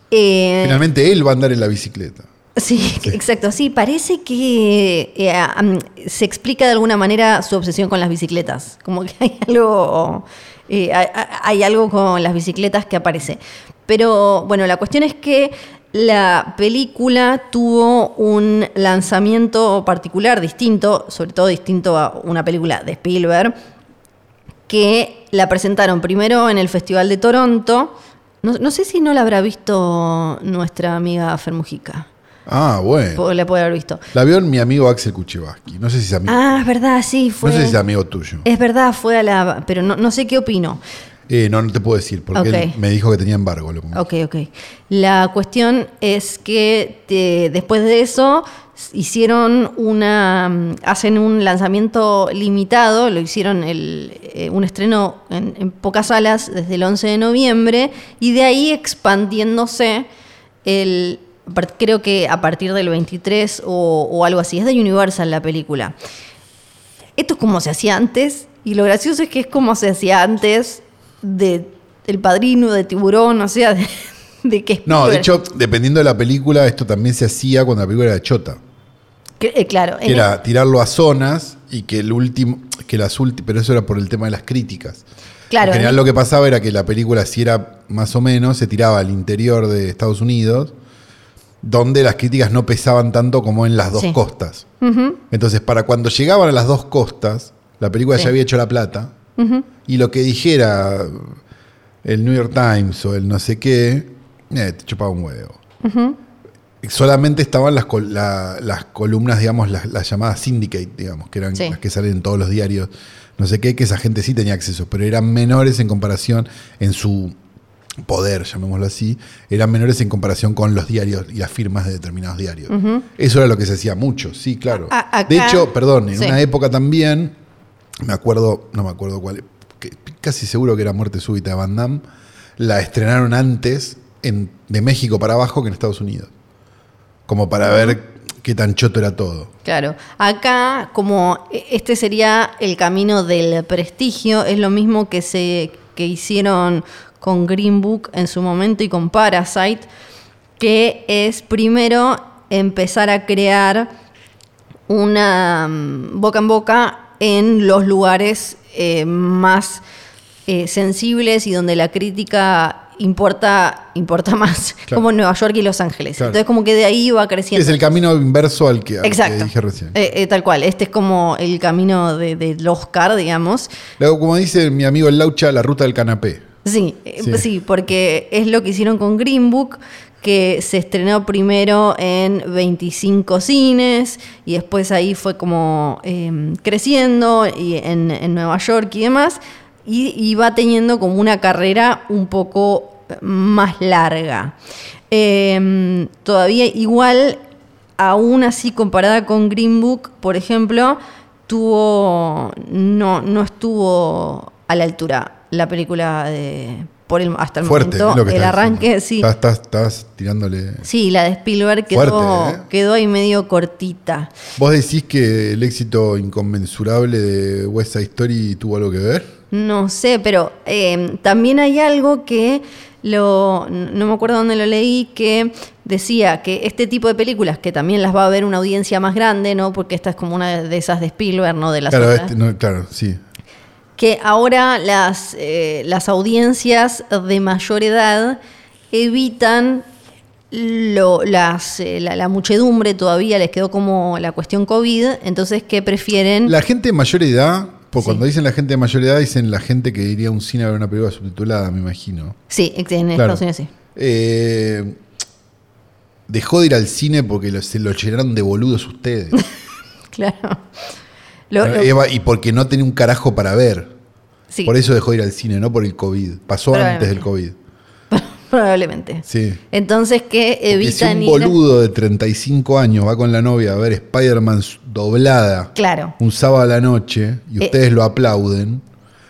Speaker 2: eh,
Speaker 3: Finalmente él va a andar en la bicicleta.
Speaker 2: Sí, exacto. Sí, parece que eh, am, se explica de alguna manera su obsesión con las bicicletas. Como que hay algo, eh, hay, hay algo con las bicicletas que aparece. Pero bueno, la cuestión es que la película tuvo un lanzamiento particular, distinto, sobre todo distinto a una película de Spielberg, que la presentaron primero en el Festival de Toronto. No, no sé si no la habrá visto nuestra amiga Fermujica.
Speaker 3: Ah, bueno.
Speaker 2: Po- la puede haber visto.
Speaker 3: La vio mi amigo Axel Kuchibaski. No sé si es amigo,
Speaker 2: Ah, es verdad, sí, fue. Eh.
Speaker 3: no sé si es amigo tuyo.
Speaker 2: es verdad, fue a la. Pero no, no sé qué opino.
Speaker 3: Eh, no, no te puedo decir, porque él
Speaker 2: Ok.
Speaker 3: me dijo que tenía embargo. Lo
Speaker 2: Ok, ok. La cuestión es que te- después de eso s- hicieron una. mm, hacen un lanzamiento limitado, lo hicieron el, eh, un estreno en, en pocas salas desde el 11 de noviembre y de ahí expandiéndose el. a par- Creo que a partir del 23 o, o algo así. Es de Universal la película. esto es como se hacía antes, y lo gracioso es que es como se hacía antes de El Padrino, de Tiburón, o sea, [laughs] de, de que...
Speaker 3: No, de hecho, dependiendo de la película, esto también se hacía cuando la película era chota.
Speaker 2: Que- eh, claro, en
Speaker 3: Que era tirarlo a zonas y que el último, que las últimas, pero eso era por el tema de las críticas.
Speaker 2: Claro,
Speaker 3: En general
Speaker 2: en-
Speaker 3: lo que pasaba era que la película, si era más o menos, se tiraba al interior de Estados Unidos, donde las críticas no pesaban tanto como en las dos
Speaker 2: Sí.
Speaker 3: costas.
Speaker 2: Ujú.
Speaker 3: Entonces, para cuando llegaban a las dos costas, la película
Speaker 2: Sí.
Speaker 3: ya había hecho la plata, y lo que dijera el New York Times o el no sé qué, eh, te chupaba un huevo. Solamente estaban las, col- la- las columnas, digamos, las, las llamadas syndicate, digamos, que eran
Speaker 2: Sí.
Speaker 3: las que salen en todos los diarios, no sé qué, que esa gente sí tenía acceso, pero eran menores en comparación en su poder, llamémoslo así, eran menores en comparación con los diarios y las firmas de determinados diarios. Eso era lo que se hacía mucho, sí, claro.
Speaker 2: A- acá-
Speaker 3: de hecho, perdón, en
Speaker 2: Sí.
Speaker 3: una época también, me acuerdo, no me acuerdo cuál, que- casi seguro que era Muerte Súbita de Van Damme, la estrenaron antes en- de México para abajo que en Estados Unidos. Como para ver qué tan choto era todo.
Speaker 2: Claro, acá como e- este sería el camino del prestigio, es lo mismo que se que hicieron con Green Book en su momento y con Parasite, que es primero empezar a crear una mm, boca en boca en los lugares eh, más eh, sensibles y donde la crítica importa importa [laughs] más,
Speaker 3: Claro.
Speaker 2: como Nueva York y Los Ángeles.
Speaker 3: Claro.
Speaker 2: Entonces como que de ahí va creciendo.
Speaker 3: Es el camino inverso al que, al que
Speaker 2: Exacto.
Speaker 3: dije recién.
Speaker 2: Eh, eh, tal cual. Este es como el camino de- del Oscar, digamos.
Speaker 3: Luego, como dice mi amigo el Laucha, la ruta del canapé.
Speaker 2: Sí, eh,
Speaker 3: Sí.
Speaker 2: sí. porque es lo que hicieron con Green Book, que se estrenó primero en 25 cines y después ahí fue como eh, creciendo y en, en Nueva York y demás, y, y va teniendo como una carrera un poco más larga. Eh, todavía igual, aún así comparada con Green Book, por ejemplo, tuvo no, no estuvo a la altura la película de por el, hasta el
Speaker 3: Fuerte, es
Speaker 2: momento
Speaker 3: lo que
Speaker 2: el
Speaker 3: está
Speaker 2: arranque
Speaker 3: diciendo.
Speaker 2: sí
Speaker 3: Estás, estás- estás tirándole.
Speaker 2: sí la de Spielberg quedó
Speaker 3: Fuerte, ¿eh?
Speaker 2: quedó ahí medio cortita
Speaker 3: ¿Vos decís que el éxito inconmensurable de West Side Story tuvo algo que ver?
Speaker 2: No sé, pero eh, también hay algo que lo, no me acuerdo dónde lo leí, que decía que este tipo de películas, que también las va a ver una audiencia más grande, ¿no? Porque esta es como una de esas de Spielberg, ¿no? De las
Speaker 3: Claro,
Speaker 2: otras.
Speaker 3: este- no, claro, sí.
Speaker 2: Que ahora las, eh, las audiencias de mayor edad evitan lo- las, eh, la, la muchedumbre, todavía les quedó como la cuestión COVID, entonces que prefieren...
Speaker 3: La gente de mayor edad, pues
Speaker 2: Mm. Sí.
Speaker 3: cuando dicen la gente de mayor edad, dicen la gente que iría a un cine a ver una película subtitulada, me imagino.
Speaker 2: Sí, en
Speaker 3: Claro.
Speaker 2: Estados Unidos sí.
Speaker 3: Eh, dejó de ir al cine porque lo- se lo llenaron de boludos ustedes.
Speaker 2: [laughs] Claro. Lo- lo-
Speaker 3: Eva, y porque no tenía un carajo para ver.
Speaker 2: sí,
Speaker 3: Por eso dejó de ir al cine, no por el COVID. Pasó antes del COVID.
Speaker 2: probablemente.
Speaker 3: Sí.
Speaker 2: Entonces que
Speaker 3: Porque si
Speaker 2: evitan
Speaker 3: un
Speaker 2: ir-
Speaker 3: boludo de 35 años va con la novia a ver Spider-Man doblada
Speaker 2: Claro.
Speaker 3: un sábado a la noche y
Speaker 2: Eh,
Speaker 3: ustedes lo aplauden,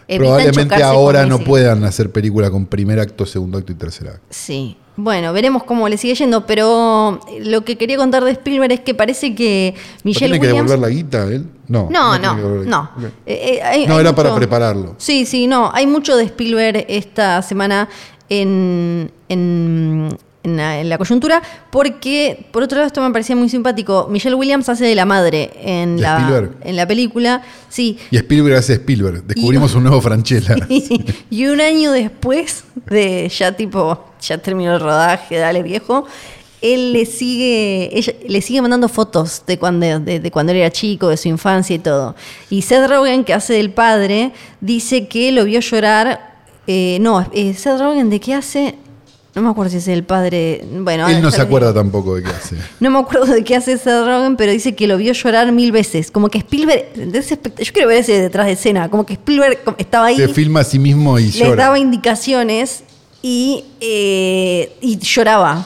Speaker 2: evitan
Speaker 3: probablemente
Speaker 2: chocarse
Speaker 3: ahora
Speaker 2: con
Speaker 3: no
Speaker 2: ese.
Speaker 3: puedan hacer película con primer acto, segundo acto y tercer acto.
Speaker 2: Sí. Bueno, veremos cómo le sigue yendo, pero lo que quería contar de Spielberg es que parece que
Speaker 3: ¿No
Speaker 2: Michelle
Speaker 3: tiene que
Speaker 2: Williams
Speaker 3: devolver la guita él? No.
Speaker 2: No,
Speaker 3: tiene
Speaker 2: no,
Speaker 3: que devolver la
Speaker 2: no.
Speaker 3: guita. Ok.
Speaker 2: Eh, eh, hay-
Speaker 3: No,
Speaker 2: hay
Speaker 3: era
Speaker 2: mucho-
Speaker 3: para prepararlo.
Speaker 2: Sí, sí, no. Hay mucho de Spielberg esta semana en, en- en la, en la coyuntura, porque, por otro lado, esto me parecía muy simpático. Michelle Williams hace de la madre en,
Speaker 3: ¿De
Speaker 2: la,
Speaker 3: Spielberg?
Speaker 2: en la película. Sí.
Speaker 3: Y Spielberg hace Spielberg. Descubrimos un
Speaker 2: [laughs]
Speaker 3: nuevo Franchella.
Speaker 2: y un año después de ya tipo, ya terminó el rodaje, dale viejo, él le sigue, ella- le sigue mandando fotos de cuando, de, de cuando él era chico, de su infancia y todo. Y Seth Rogen, que hace del padre, dice que lo vio llorar. eh, no, eh, Seth Rogen, ¿de qué hace? No me acuerdo si es el padre. Bueno, ahora
Speaker 3: él no
Speaker 2: ya
Speaker 3: se
Speaker 2: les digo.
Speaker 3: acuerda tampoco de qué hace.
Speaker 2: No me acuerdo de qué hace Seth Rogen, pero dice que lo vio llorar mil veces. Como que Spielberg. ese espect- Yo quiero ver ese detrás de escena. Como que Spielberg como- estaba ahí
Speaker 3: Se filma a sí mismo y
Speaker 2: les
Speaker 3: llora.
Speaker 2: daba indicaciones y, eh, y lloraba.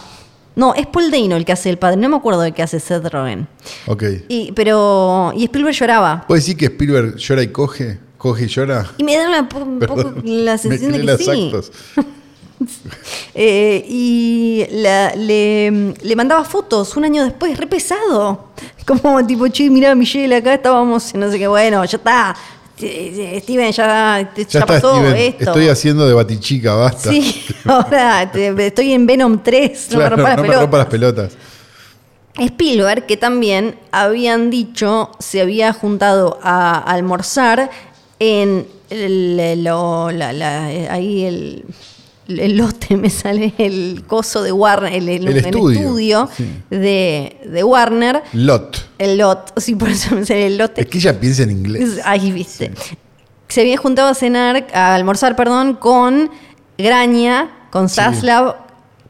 Speaker 2: No, es Paul Dano el que hace el padre, no me acuerdo de qué hace Seth Rogen.
Speaker 3: Ok.
Speaker 2: Y, pero, y Spielberg lloraba.
Speaker 3: ¿Puedes decir que Spielberg llora y coge? ¿Coge y llora?
Speaker 2: Y me da una po- un poco
Speaker 3: Perdón.
Speaker 2: la sensación
Speaker 3: Mezclé
Speaker 2: de que
Speaker 3: los
Speaker 2: sí.
Speaker 3: actos.
Speaker 2: Eh, y la- le, le mandaba fotos un año después, re pesado. Como tipo, che, mirá, Michelle, acá estábamos, no sé qué, bueno, ya está. Eh, eh, Steven, ya, ya,
Speaker 3: Ya está,
Speaker 2: pasó
Speaker 3: Steven.
Speaker 2: esto.
Speaker 3: Estoy haciendo de batichica, basta.
Speaker 2: Sí, [laughs]
Speaker 3: [laughs]
Speaker 2: ahora te- estoy en Venom 3, no me
Speaker 3: Claro,
Speaker 2: rompa las
Speaker 3: no me
Speaker 2: pelotas.
Speaker 3: rompa las pelotas.
Speaker 2: Spielberg, que también habían dicho, se había juntado a almorzar en el, lo- la- la- eh, ahí el, el lote, me sale el coso de Warner, el, el-
Speaker 3: El
Speaker 2: el
Speaker 3: estudio,
Speaker 2: estudio
Speaker 3: sí.
Speaker 2: de, de Warner,
Speaker 3: Lot.
Speaker 2: el lot, sí, por eso me sale el lote.
Speaker 3: Es que ella piensa en inglés.
Speaker 2: Ahí viste. Se había juntado a cenar, a almorzar, perdón, con Graña, con Zaslav.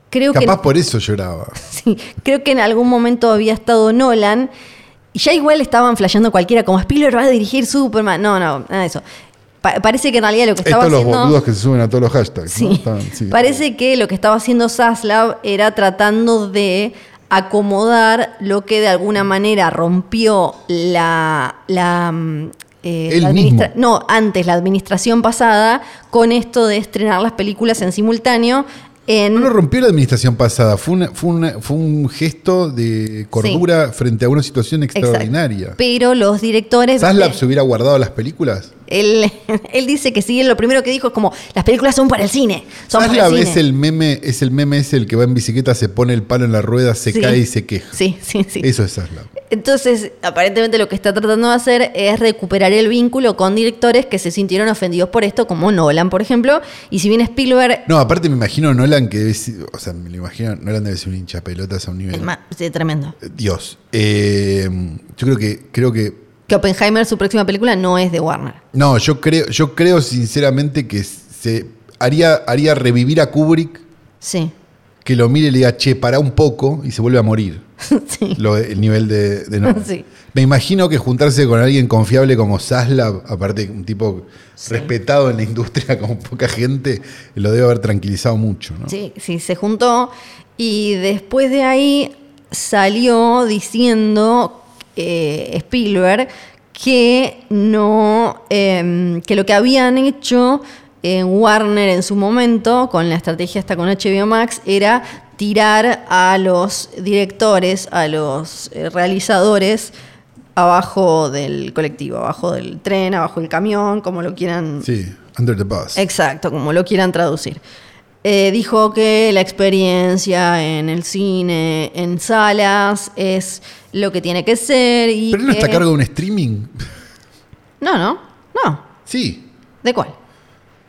Speaker 2: Creo que
Speaker 3: Capaz por eso lloraba.
Speaker 2: [laughs] Sí, creo que en algún momento había estado Nolan. Y ya igual estaban flasheando cualquiera, como Spielberg va a dirigir Superman. No, no, nada de eso. Pa- parece que en realidad lo que estaba
Speaker 3: Estos los
Speaker 2: haciendo.
Speaker 3: boludos que se suben a todos los hashtags.
Speaker 2: Sí.
Speaker 3: ¿no? Están- sí.
Speaker 2: Parece que lo que estaba haciendo Zaslav era tratando de acomodar lo que de alguna manera rompió la. la, mm, eh,
Speaker 3: Él
Speaker 2: la administra-
Speaker 3: mismo.
Speaker 2: No, antes, la administración pasada, con esto de estrenar las películas en simultáneo. En,
Speaker 3: No lo rompió la administración pasada, fue, una- fue, una- fue un gesto de cordura frente a una situación
Speaker 2: Exacto.
Speaker 3: extraordinaria.
Speaker 2: Pero los directores. eh,
Speaker 3: ¿Zaslav se hubiera guardado las películas?
Speaker 2: Él, [laughs] él dice que sí, él lo primero que dijo es como, las películas son para el cine. Son para
Speaker 3: Zaslav
Speaker 2: el
Speaker 3: es
Speaker 2: cine.
Speaker 3: el meme, es el meme es el que va en bicicleta, se pone el palo en la rueda, se
Speaker 2: Sí.
Speaker 3: cae y se queja.
Speaker 2: Sí, sí, sí.
Speaker 3: Eso es Zaslav.
Speaker 2: Entonces, aparentemente lo que está tratando de hacer es recuperar el vínculo con directores que se sintieron ofendidos por esto, como Nolan, por ejemplo. Y si bien Spielberg
Speaker 3: No, aparte me imagino Nolan que debe ser- o sea, me lo imagino, Nolan debe ser un hincha pelotas a un nivel.
Speaker 2: es ma- sí, tremendo.
Speaker 3: Dios. Eh, yo creo que, creo que
Speaker 2: Que Oppenheimer, su próxima película, no es de Warner.
Speaker 3: No, yo creo, yo creo sinceramente que se haría, haría revivir a Kubrick,
Speaker 2: Sí. [laughs]
Speaker 3: que lo mire y le diga, che, pará un poco, y se vuelve a morir.
Speaker 2: sí.
Speaker 3: Lo- el nivel de, de Nolan.
Speaker 2: [laughs] Sí.
Speaker 3: Me imagino que juntarse con alguien confiable como Zaslav, aparte un tipo respetado en la industria [laughs] como poca gente, lo debe haber tranquilizado mucho, ¿no?
Speaker 2: Sí, sí, se juntó y después de ahí salió diciendo eh, Spielberg que no, em, que lo que habían hecho en Warner en su momento con la estrategia hasta con HBO Max era tirar a los directores, a los eh, realizadores abajo del colectivo, abajo del tren, abajo del camión, como lo quieran
Speaker 3: Sí, Under the Bus.
Speaker 2: Exacto, como lo quieran traducir. Eh, dijo que la experiencia en el cine, en salas, es lo que tiene que ser. Y
Speaker 3: Pero él no está a
Speaker 2: que-
Speaker 3: cargo de un streaming.
Speaker 2: No, no, no.
Speaker 3: sí,
Speaker 2: ¿De cuál?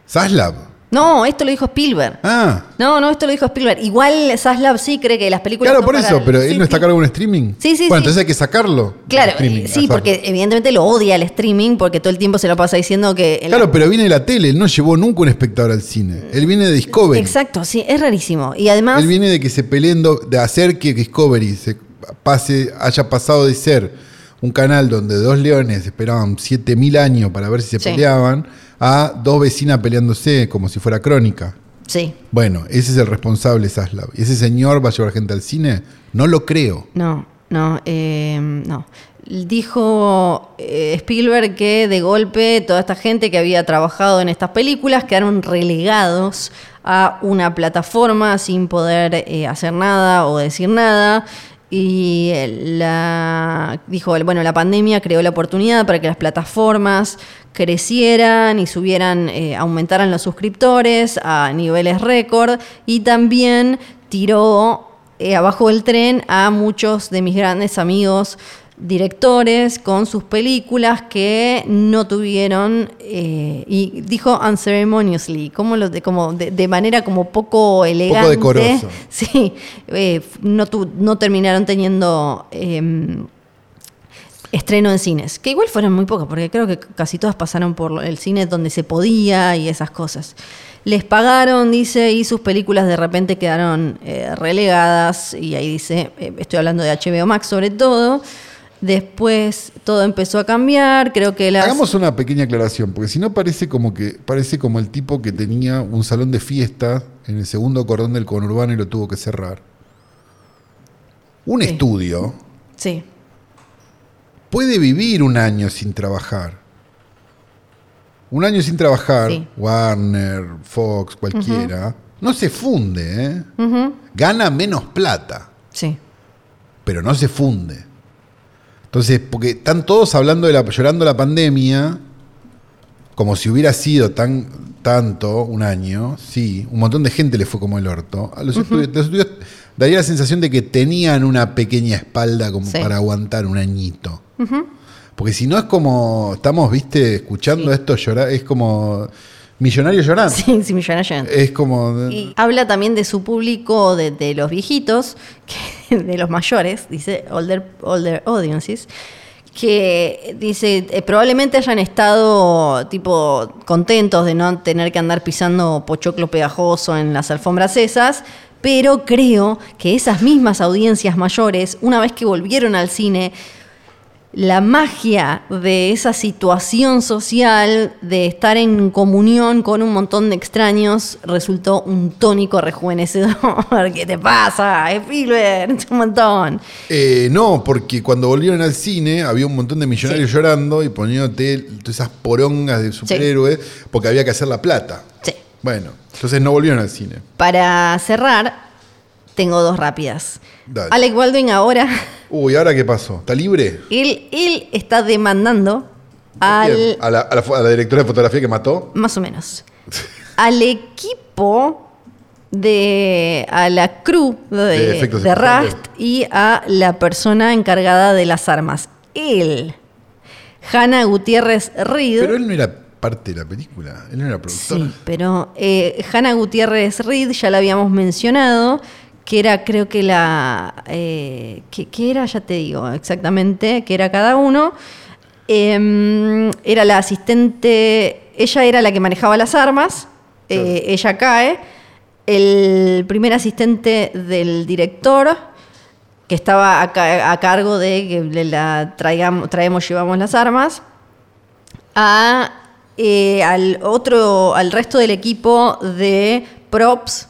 Speaker 3: Zaslav.
Speaker 2: No, esto lo dijo Spielberg.
Speaker 3: Ah,
Speaker 2: No, no, esto lo dijo Spielberg. Igual Zaslav sí cree que las películas.
Speaker 3: claro,
Speaker 2: son
Speaker 3: por
Speaker 2: para
Speaker 3: eso,
Speaker 2: el-
Speaker 3: pero él
Speaker 2: sí,
Speaker 3: no está a
Speaker 2: sí.
Speaker 3: cargo de un streaming.
Speaker 2: Sí, sí,
Speaker 3: Bueno,
Speaker 2: sí.
Speaker 3: entonces hay que sacarlo. del
Speaker 2: Claro,
Speaker 3: streaming,
Speaker 2: eh,
Speaker 3: a
Speaker 2: sí,
Speaker 3: Zaslav.
Speaker 2: porque evidentemente lo odia el streaming porque todo el tiempo se lo pasa diciendo que. el-
Speaker 3: Claro, pero viene de la tele, él no llevó nunca un espectador al cine. Él viene de Discovery.
Speaker 2: Exacto, sí, es rarísimo. Y además.
Speaker 3: Él viene de que se peleen, do- de hacer que Discovery se pase, haya pasado de ser un canal donde dos leones esperaban 7000 años para ver si se
Speaker 2: Sí.
Speaker 3: peleaban, a dos vecinas peleándose como si fuera crónica.
Speaker 2: Sí,
Speaker 3: Bueno, ese es el responsable, Zaslav. ¿Y ese señor va a llevar gente al cine? No lo creo.
Speaker 2: No, no, eh, no. Dijo eh, Spielberg que de golpe toda esta gente que había trabajado en estas películas quedaron relegados a una plataforma sin poder eh, hacer nada o decir nada. Y eh, la, dijo, bueno, la pandemia creó la oportunidad para que las plataformas crecieran y subieran, eh, aumentaran los suscriptores a niveles récord y también tiró eh, abajo del tren a muchos de mis grandes amigos directores con sus películas que no tuvieron eh, y dijo unceremoniously como lo de, como de, de manera como poco elegante
Speaker 3: decoroso.
Speaker 2: [laughs] sí eh, no tu- no terminaron teniendo eh, estreno en cines que igual fueron muy pocas porque creo que casi todas pasaron por el cine donde se podía y esas cosas les pagaron, dice, y sus películas de repente quedaron eh, relegadas. Y ahí dice, eh, estoy hablando de HBO Max sobre todo. Después todo empezó a cambiar. Creo que las.
Speaker 3: Hagamos una pequeña aclaración, porque si no parece como que parece como el tipo que tenía un salón de fiesta en el segundo cordón del conurbano y lo tuvo que cerrar. Un
Speaker 2: Sí.
Speaker 3: estudio
Speaker 2: Sí.
Speaker 3: puede vivir un año sin trabajar. Un año sin trabajar,
Speaker 2: Sí.
Speaker 3: Warner, Fox, cualquiera, No se funde, ¿eh?
Speaker 2: Ujú.
Speaker 3: Gana menos plata,
Speaker 2: Sí.
Speaker 3: pero no se funde. Entonces, porque están todos hablando de la, llorando la pandemia, como si hubiera sido tan tanto un año, sí, un montón de gente le fue como el orto. A los, estudios, los estudios daría la sensación de que tenían una pequeña espalda como
Speaker 2: Sí.
Speaker 3: para aguantar un añito. Porque si no es como estamos, viste, escuchando esto llorar, es como millonario llorando.
Speaker 2: Sí, sí, Millón Allende.
Speaker 3: Es como
Speaker 2: Y habla también de su público, de, de los viejitos, [laughs] que- de los mayores, dice older, older audiences, que dice eh, probablemente hayan estado tipo contentos de no tener que andar pisando pochoclo pegajoso en las alfombras esas, pero creo que esas mismas audiencias mayores, una vez que volvieron al cine, la magia de esa situación social, de estar en comunión con un montón de extraños, resultó un tónico rejuvenecedor. [laughs] ¿Qué te pasa, Spielberg? Es un montón.
Speaker 3: Eh, no, porque cuando volvieron al cine había un montón de millonarios
Speaker 2: Sí.
Speaker 3: llorando y poniéndote todas esas porongas de superhéroes porque había que hacer la plata.
Speaker 2: Sí.
Speaker 3: Bueno, entonces no volvieron al cine.
Speaker 2: Para cerrar, tengo dos rápidas.
Speaker 3: Dale.
Speaker 2: Alec Baldwin ahora, [laughs]
Speaker 3: Uy, ¿ahora qué pasó? ¿Está libre?
Speaker 2: él, él está demandando al...
Speaker 3: Bien, ¿A, la, a la fo- a la directora de fotografía que mató?
Speaker 2: Más o menos. Al equipo de. a la crew de,
Speaker 3: De efectos
Speaker 2: de
Speaker 3: especiales.
Speaker 2: Rust y a la persona encargada de las armas. Él. Hannah Gutiérrez Reed.
Speaker 3: Pero él no era parte de la película, él no era productor.
Speaker 2: Sí, pero eh, Hannah Gutiérrez Reed ya la habíamos mencionado, que era creo que la... eh, que, que era? Ya te digo exactamente, que era cada uno. Em, era la asistente, ella era la que manejaba las armas, eh, ella cae. El primer asistente del director, que estaba a, ca- a cargo de que le la traigamos, traemos, llevamos las armas a, eh, al otro, al resto del equipo de props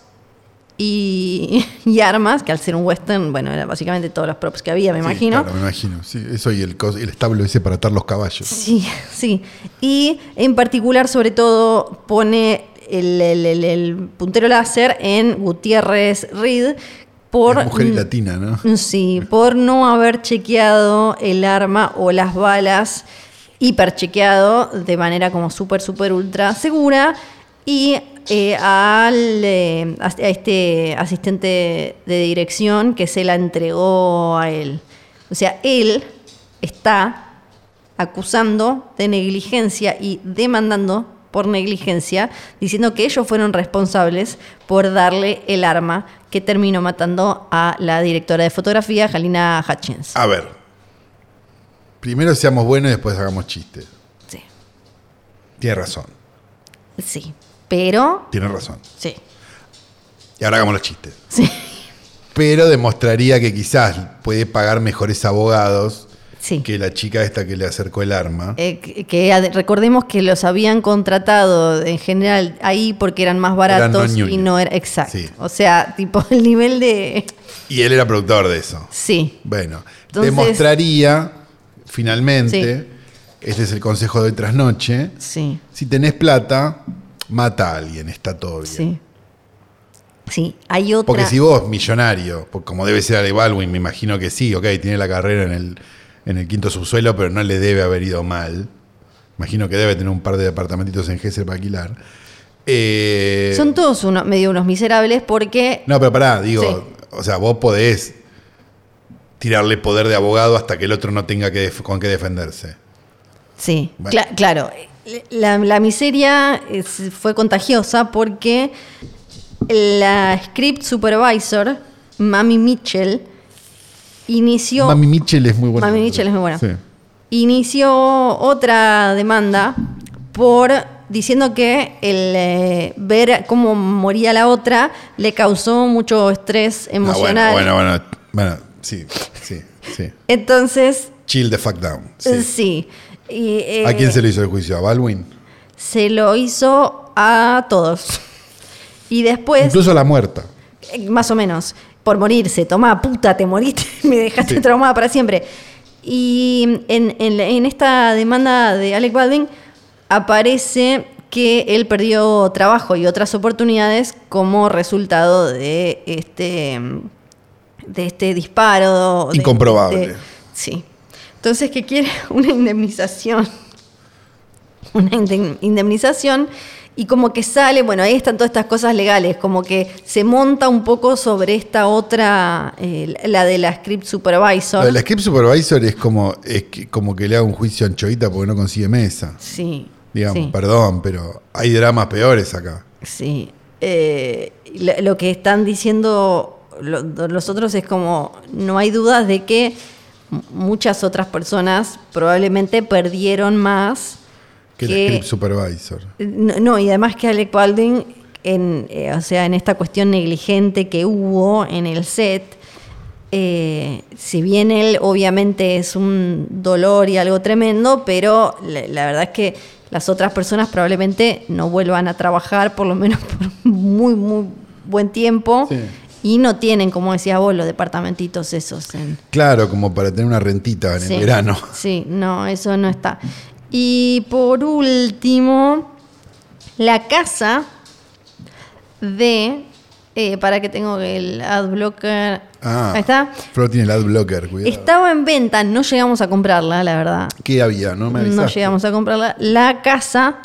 Speaker 2: y, [laughs] y armas, que al ser un western, bueno, era básicamente todos los props que había, me
Speaker 3: Sí,
Speaker 2: imagino.
Speaker 3: claro, me imagino. Sí, eso y el, cos- el establo ese para atar los caballos.
Speaker 2: Sí, [laughs] sí. Y en particular, sobre todo, pone el, el- el- el puntero láser en Gutiérrez Reed por... mm.
Speaker 3: Es mujer y latina,
Speaker 2: [laughs]
Speaker 3: ¿no?
Speaker 2: Sí, por no haber chequeado el arma o las balas, hiperchequeado de manera como súper, súper, ultra segura. Y eh, al, eh, as- a este asistente de dirección que se la entregó a él. O sea, él está acusando de negligencia y demandando por negligencia, diciendo que ellos fueron responsables por darle el arma que terminó matando a la directora de fotografía, Jalina Hutchins.
Speaker 3: A ver. Primero seamos buenos y después hagamos chistes.
Speaker 2: Sí,
Speaker 3: Tiene razón,
Speaker 2: sí. Pero,
Speaker 3: tiene razón.
Speaker 2: sí,
Speaker 3: Y ahora hagamos los chistes.
Speaker 2: sí,
Speaker 3: pero demostraría que quizás puede pagar mejores abogados
Speaker 2: sí.
Speaker 3: que la chica esta que le acercó el arma.
Speaker 2: Eh, que- que ade- recordemos que los habían contratado en general ahí porque eran más baratos
Speaker 3: no
Speaker 2: y
Speaker 3: ñoños.
Speaker 2: no era exacto.
Speaker 3: Sí.
Speaker 2: O sea, tipo el nivel de
Speaker 3: Y él era productor de eso.
Speaker 2: sí,
Speaker 3: Bueno,
Speaker 2: Entonces-
Speaker 3: demostraría, finalmente, este es el consejo de trasnoche,
Speaker 2: sí.
Speaker 3: si tenés plata, mata a alguien, está todo bien.
Speaker 2: Sí. Sí, hay otra.
Speaker 3: Porque si vos, millonario, por- como debe ser Ale Baldwin, me imagino que sí, ok, tiene la carrera en el, en el quinto subsuelo, pero no le debe haber ido mal. Imagino que debe tener un par de departamentitos en Gesell para alquilar. Eh,
Speaker 2: Son todos uno- medio unos miserables porque.
Speaker 3: No, pero pará, digo,
Speaker 2: Sí.
Speaker 3: o sea, vos podés tirarle poder de abogado hasta que el otro no tenga que def- con qué defenderse.
Speaker 2: Sí,
Speaker 3: Bueno.
Speaker 2: cla- claro. La, la miseria es- fue contagiosa porque la script supervisor, Mami Mitchell, inició.
Speaker 3: Mami Mitchell es muy buena.
Speaker 2: Mami Mitchell es muy buena.
Speaker 3: Sí.
Speaker 2: Inició otra demanda por diciendo que el eh, ver cómo moría la otra le causó mucho estrés
Speaker 3: Ah,
Speaker 2: emocional.
Speaker 3: bueno, bueno, bueno, bueno, sí, sí, sí.
Speaker 2: Entonces,
Speaker 3: Chill the fuck down.
Speaker 2: sí.
Speaker 3: sí.
Speaker 2: Y, eh,
Speaker 3: ¿A quién se le hizo el juicio? ¿A Baldwin?
Speaker 2: se lo hizo a todos. Y después,
Speaker 3: Incluso a la muerta.
Speaker 2: eh, más o menos, por morirse, tomá puta, te moriste, [laughs] me dejaste
Speaker 3: Sí.
Speaker 2: traumada para siempre. Y en, en la- en esta demanda de Alec Baldwin aparece que él perdió trabajo y otras oportunidades como resultado de este, de este disparo. de-
Speaker 3: Incomprobable.
Speaker 2: de- sí. Entonces que quiere [laughs] una indemnización. [laughs] Una indem- indemnización. Y como que sale, bueno, ahí están todas estas cosas legales, como que se monta un poco sobre esta otra, eh, la de la script supervisor.
Speaker 3: Lo de la script supervisor es como, es que- como que le haga un juicio a Anchoita porque no consigue mesa.
Speaker 2: Sí.
Speaker 3: Digamos,
Speaker 2: sí.
Speaker 3: perdón, pero hay dramas peores acá.
Speaker 2: Sí. Eh, lo, lo que están diciendo lo- los otros es como, no hay dudas de que m- muchas otras personas probablemente perdieron más
Speaker 3: Que
Speaker 2: Que-
Speaker 3: la script supervisor.
Speaker 2: no, no, y además que Alec Baldwin, en, eh, o sea, en esta cuestión negligente que hubo en el set, eh, si bien él obviamente es un dolor y algo tremendo, pero la, la verdad es que las otras personas probablemente no vuelvan a trabajar, por lo menos [laughs] por muy, muy buen tiempo.
Speaker 3: Sí.
Speaker 2: Y no tienen, como decía vos, los departamentitos esos en,
Speaker 3: Claro, como para tener una rentita en
Speaker 2: Sí,
Speaker 3: el verano.
Speaker 2: Sí, no, eso no está. Y por último, la casa de. eh, para que tengo el adblocker.
Speaker 3: Ah,
Speaker 2: Ahí está.
Speaker 3: Flor tiene el ad blocker, cuidado.
Speaker 2: Estaba en venta, no llegamos a comprarla, la verdad.
Speaker 3: ¿Qué había? No me avisaste.
Speaker 2: No llegamos a comprarla. La casa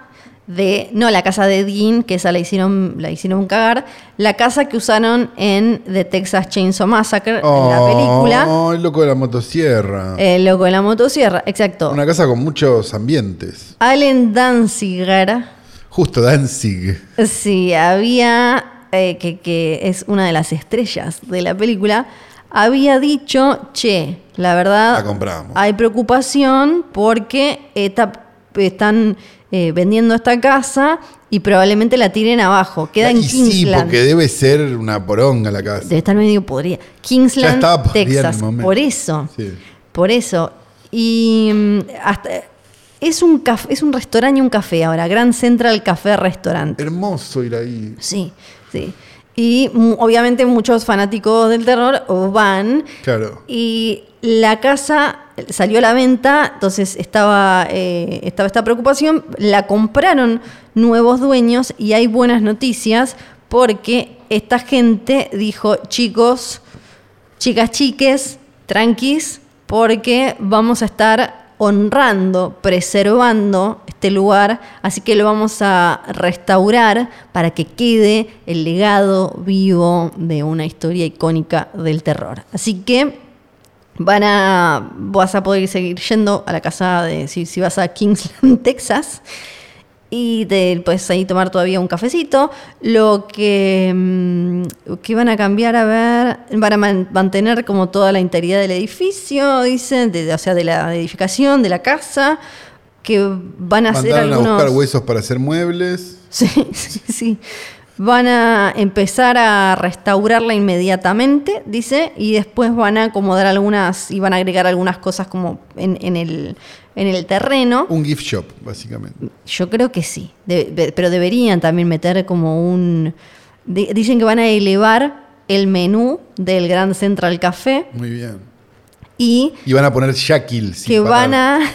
Speaker 2: de. No, la casa de Dean, que esa la hicieron, la hicieron cagar. La casa que usaron en The Texas Chainsaw Massacre, en la película. Eh,
Speaker 3: Oh, el loco de la motosierra.
Speaker 2: El loco de la motosierra, exacto.
Speaker 3: Una casa con muchos ambientes.
Speaker 2: Allen Danziger,
Speaker 3: Justo Danzig.
Speaker 2: sí, había, eh, que, que es una de las estrellas de la película, había dicho, che, la verdad,
Speaker 3: La compramos.
Speaker 2: hay preocupación porque esta- están eh, vendiendo esta casa y probablemente la tiren abajo, queda en
Speaker 3: y sí,
Speaker 2: Kingsland.
Speaker 3: porque debe ser una poronga la casa.
Speaker 2: Debe estar medio podría.
Speaker 3: Ya
Speaker 2: Kingsland,
Speaker 3: estaba podrida en el
Speaker 2: Texas,
Speaker 3: momento.
Speaker 2: por eso.
Speaker 3: Sí.
Speaker 2: Por eso. Y mm, hasta- es un caf- es un restaurante y un café ahora, Grand Central Café Restaurante.
Speaker 3: Hermoso ir ahí.
Speaker 2: Sí, sí. Y mm, obviamente muchos fanáticos del terror van.
Speaker 3: Claro.
Speaker 2: Y la casa salió a la venta, entonces estaba, eh, estaba esta preocupación. La compraron nuevos dueños y hay buenas noticias porque esta gente dijo, chicos, chicas, chiques, tranquis, porque vamos a estar honrando, preservando este lugar, así que lo vamos a restaurar para que quede el legado vivo de una historia icónica del terror. Así que van a, vas a poder seguir yendo a la casa de, si, si vas a Kingsland, [laughs] Texas, y te puedes ahí tomar todavía un cafecito. Lo que, mm, que van a cambiar, a ver, van a man- mantener como toda la integridad del edificio, dicen, de- o sea, de la edificación, de la casa, que van a hacer
Speaker 3: Mandaron a
Speaker 2: algunos...
Speaker 3: buscar huesos para hacer muebles.
Speaker 2: Sí, [laughs] sí, sí. Van a empezar a restaurarla inmediatamente, dice, y después van a acomodar algunas y van a agregar algunas cosas como en, en el, en el terreno.
Speaker 3: Un gift shop, básicamente.
Speaker 2: Yo creo que sí, De- de- pero deberían también meter como un... di- dicen que van a elevar el menú del Grand Central Café
Speaker 3: Muy bien.
Speaker 2: y
Speaker 3: Y van a poner Shaquille. sin
Speaker 2: que van
Speaker 3: parar.
Speaker 2: a,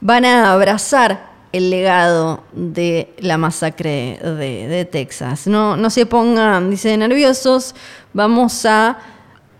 Speaker 2: van a abrazar el legado de la masacre de, de Texas. No, no se pongan, dice, nerviosos, vamos a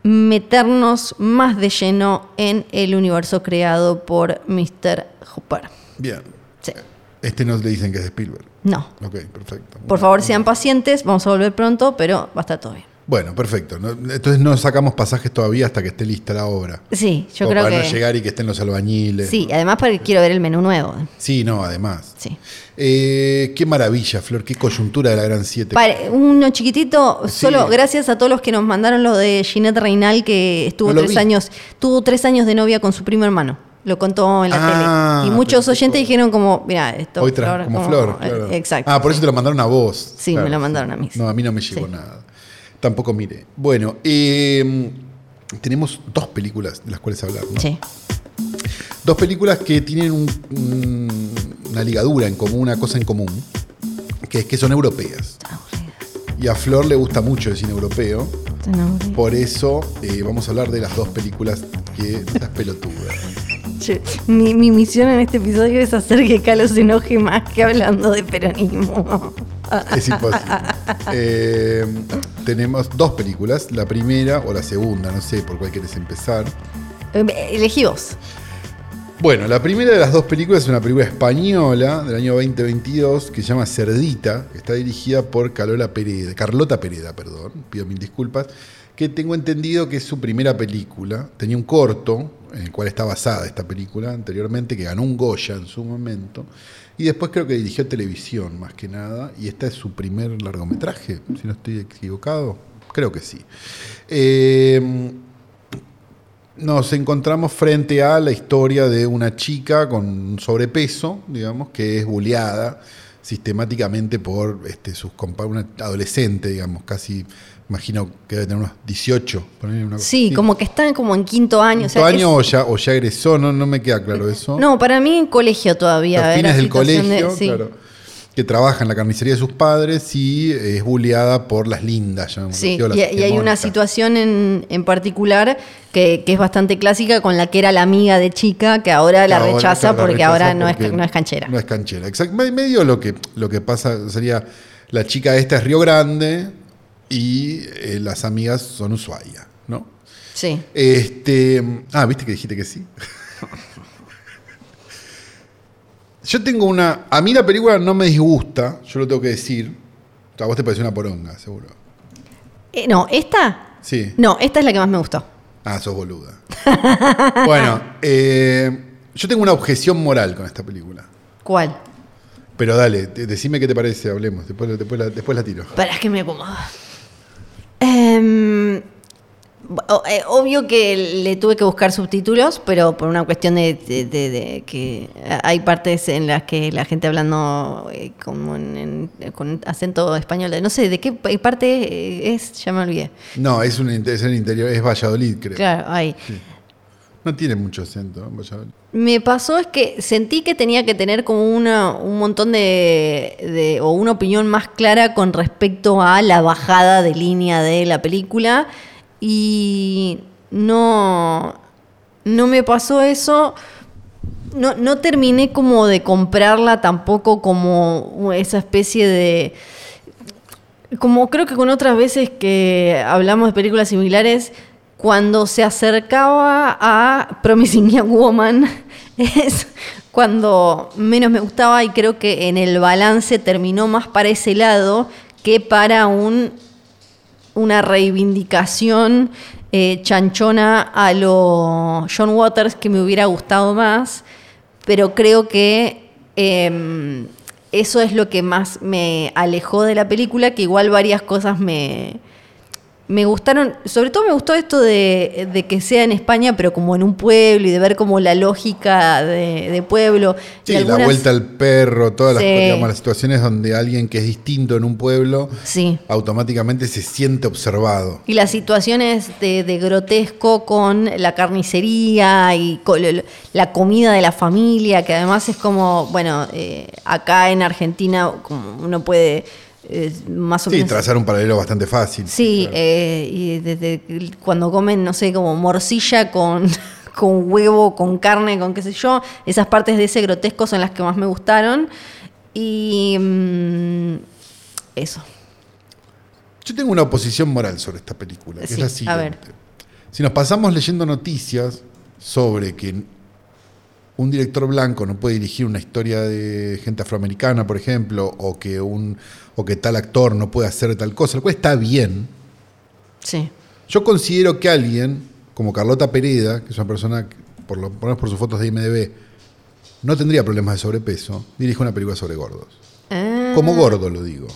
Speaker 2: meternos más de lleno en el universo creado por Mr. Hooper.
Speaker 3: Bien.
Speaker 2: Sí.
Speaker 3: Este no le dicen que es de Spielberg.
Speaker 2: No.
Speaker 3: Ok, perfecto.
Speaker 2: Por favor, sean pacientes, vamos a volver pronto, pero va a estar todo bien.
Speaker 3: Bueno, perfecto. No- Entonces no sacamos pasajes todavía hasta que esté lista la obra.
Speaker 2: Sí, yo
Speaker 3: Como
Speaker 2: creo
Speaker 3: para
Speaker 2: que...
Speaker 3: no llegar y que estén los albañiles.
Speaker 2: sí, además porque quiero ver el menú nuevo.
Speaker 3: Sí, no, además.
Speaker 2: Sí.
Speaker 3: Eh, qué maravilla, Flor, qué coyuntura de la Gran 7.
Speaker 2: Pare- uno chiquitito,
Speaker 3: Sí.
Speaker 2: solo gracias a todos los que nos mandaron lo de Ginette Reinal, que estuvo
Speaker 3: No lo
Speaker 2: tres
Speaker 3: vi.
Speaker 2: años, tuvo tres años de novia con su primo hermano. Lo contó en la
Speaker 3: Ah,
Speaker 2: tele. Y muchos
Speaker 3: pero qué
Speaker 2: oyentes
Speaker 3: cosa.
Speaker 2: dijeron como, mira, esto
Speaker 3: Hoy tra- como, Flor.
Speaker 2: eh,
Speaker 3: claro.
Speaker 2: Exacto.
Speaker 3: Ah, por eso te lo mandaron a vos.
Speaker 2: Sí, me lo mandaron a mí, sí.
Speaker 3: No, a mí no me llegó
Speaker 2: Sí.
Speaker 3: nada. Tampoco mire. Bueno, eh, tenemos dos películas de las cuales hablar. ¿no?
Speaker 2: Sí.
Speaker 3: Dos películas que tienen un- un- una ligadura en común, una cosa en común, que es que son europeas.
Speaker 2: Están aburridas,
Speaker 3: Y a Flor le gusta mucho el cine europeo.
Speaker 2: están aburridas.
Speaker 3: Por eso eh, vamos a hablar de las dos películas que. Estas pelotudas.
Speaker 2: Che, mi, mi misión en este episodio es hacer que Calo se enoje más que hablando de peronismo.
Speaker 3: Es imposible. Eh, tenemos dos películas, la primera o la segunda, no sé por cuál quieres empezar.
Speaker 2: Eh, Elegí vos.
Speaker 3: Bueno, la primera de las dos películas es una película española del año 2022 que se llama Cerdita, que está dirigida por Carola Pereda, Carlota Pereda, perdón, pido mil disculpas, que tengo entendido que es su primera película. Tenía un corto en el cual está basada esta película anteriormente, que ganó un Goya en su momento, y después creo que dirigió televisión más que nada, y esta es su primer largometraje, si no estoy equivocado, creo que sí. Eh, nos encontramos frente a la historia de una chica con sobrepeso, digamos, que es buleada sistemáticamente por este, sus compa- una adolescente, digamos, casi, imagino que debe tener unos 18. ponele una cosa
Speaker 2: Sí,
Speaker 3: así.
Speaker 2: como que están como en quinto año. o sea, es-
Speaker 3: Quinto año o, ya, o ya egresó, no, no me queda claro eso.
Speaker 2: No, para mí en colegio todavía. era
Speaker 3: A fines del
Speaker 2: situación de-
Speaker 3: colegio,
Speaker 2: sí.
Speaker 3: claro, que trabaja en la carnicería de sus padres y es buleada por las lindas, llamémoslo
Speaker 2: Sí,
Speaker 3: así, o las
Speaker 2: y, y hay una
Speaker 3: hegemónicas.
Speaker 2: situación en, en particular que, que es bastante clásica con la que era la amiga de chica que ahora la
Speaker 3: Ahora,
Speaker 2: rechaza
Speaker 3: claro, la
Speaker 2: porque
Speaker 3: rechaza
Speaker 2: ahora no,
Speaker 3: porque
Speaker 2: es, no es canchera.
Speaker 3: No es canchera, exacto. Me- Medio lo que, lo que pasa sería, la chica esta es Río Grande y eh, las amigas son Ushuaia, ¿no?
Speaker 2: Sí.
Speaker 3: Este, ah, ¿viste que dijiste que sí? [laughs] yo tengo una... A mí la película no me disgusta, yo lo tengo que decir. A vos te pareció una poronga, seguro.
Speaker 2: Eh, no, esta.
Speaker 3: Sí.
Speaker 2: No, esta es la que más me gustó.
Speaker 3: Ah, sos
Speaker 2: [laughs]
Speaker 3: boluda. bueno, eh, yo tengo una objeción moral con esta película.
Speaker 2: ¿Cuál?
Speaker 3: Pero dale, te- decime qué te parece, hablemos. Después, después, la, después la tiro.
Speaker 2: Para que me acomodo. Em, o- eh, obvio que le tuve que buscar subtítulos, pero por una cuestión de, de- de- de que hay partes en las que la gente hablando eh, como en- en- con acento español, no sé, ¿de qué pa- parte eh, es? Ya me olvidé.
Speaker 3: No, es un inter- es el interior, es Valladolid, creo.
Speaker 2: Claro, ahí.
Speaker 3: No tiene mucho acento, ¿no? Valladolid.
Speaker 2: Me pasó es que sentí que tenía que tener como una, un montón de, de- o una opinión más clara con respecto a la bajada de línea de la película y no, no me pasó eso. No, no terminé como de comprarla tampoco como esa especie de... Como creo que con otras veces que hablamos de películas similares, cuando se acercaba a Promising [laughs] Young Woman, es cuando menos me gustaba y creo que en el balance terminó más para ese lado que para un, una reivindicación eh, chanchona a lo John Waters que me hubiera gustado más, pero creo que em, eso es lo que más me alejó de la película, que igual varias cosas me, me gustaron, sobre todo me gustó esto de, de que sea en España, pero como en un pueblo y de ver como la lógica de, de pueblo.
Speaker 3: Sí,
Speaker 2: y algunas-
Speaker 3: la vuelta al perro, todas las,
Speaker 2: Sí.
Speaker 3: digamos, las situaciones donde alguien que es distinto en un pueblo
Speaker 2: Sí.
Speaker 3: automáticamente se siente observado.
Speaker 2: Y las situaciones de, de grotesco con la carnicería y con lo- lo- la comida de la familia, que además es como, bueno, eh, acá en Argentina como uno puede eh, más o
Speaker 3: Sí,
Speaker 2: menos...
Speaker 3: trazar un paralelo bastante fácil.
Speaker 2: Sí,
Speaker 3: claro.
Speaker 2: eh, y desde el- cuando comen, no sé, como morcilla con, [laughs] con huevo, con carne, con qué sé yo, esas partes de ese grotesco son las que más me gustaron. Y mm, eso.
Speaker 3: Yo tengo una oposición moral sobre esta película, que
Speaker 2: Sí,
Speaker 3: es la
Speaker 2: a ver.
Speaker 3: siguiente. Si nos pasamos leyendo noticias sobre que un director blanco no puede dirigir una historia de gente afroamericana, por ejemplo, o que un o que tal actor no puede hacer tal cosa, lo cual está bien.
Speaker 2: Sí.
Speaker 3: Yo considero que alguien como Carlota Pereda, que es una persona que, por lo por lo menos por sus fotos de IMDb, no tendría problemas de sobrepeso, dirige una película sobre gordos.
Speaker 2: Ah.
Speaker 3: Como gordo lo digo.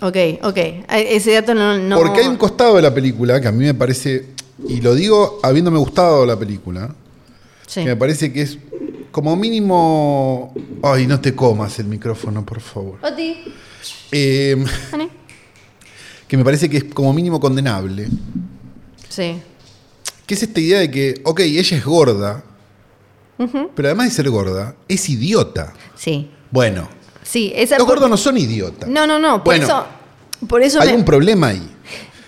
Speaker 2: Ok, ok. E- Ese dato no. no-
Speaker 3: Porque hay un costado de la película que a mí me parece, y lo digo habiéndome gustado la película,
Speaker 2: Sí.
Speaker 3: que me parece que es como mínimo... Ay, no te comas el micrófono, por favor.
Speaker 2: Oti,
Speaker 3: Eh,
Speaker 2: Ani.
Speaker 3: [laughs] que me parece que es como mínimo condenable.
Speaker 2: Sí.
Speaker 3: Que es esta idea de que, ok, ella es gorda, pero además de ser gorda, es idiota.
Speaker 2: Sí.
Speaker 3: Bueno,
Speaker 2: Sí, esa.
Speaker 3: los
Speaker 2: por-
Speaker 3: gordos no son idiotas.
Speaker 2: No, no, no. Por
Speaker 3: Bueno,
Speaker 2: eso. Por eso.
Speaker 3: Hay
Speaker 2: me-
Speaker 3: un problema ahí.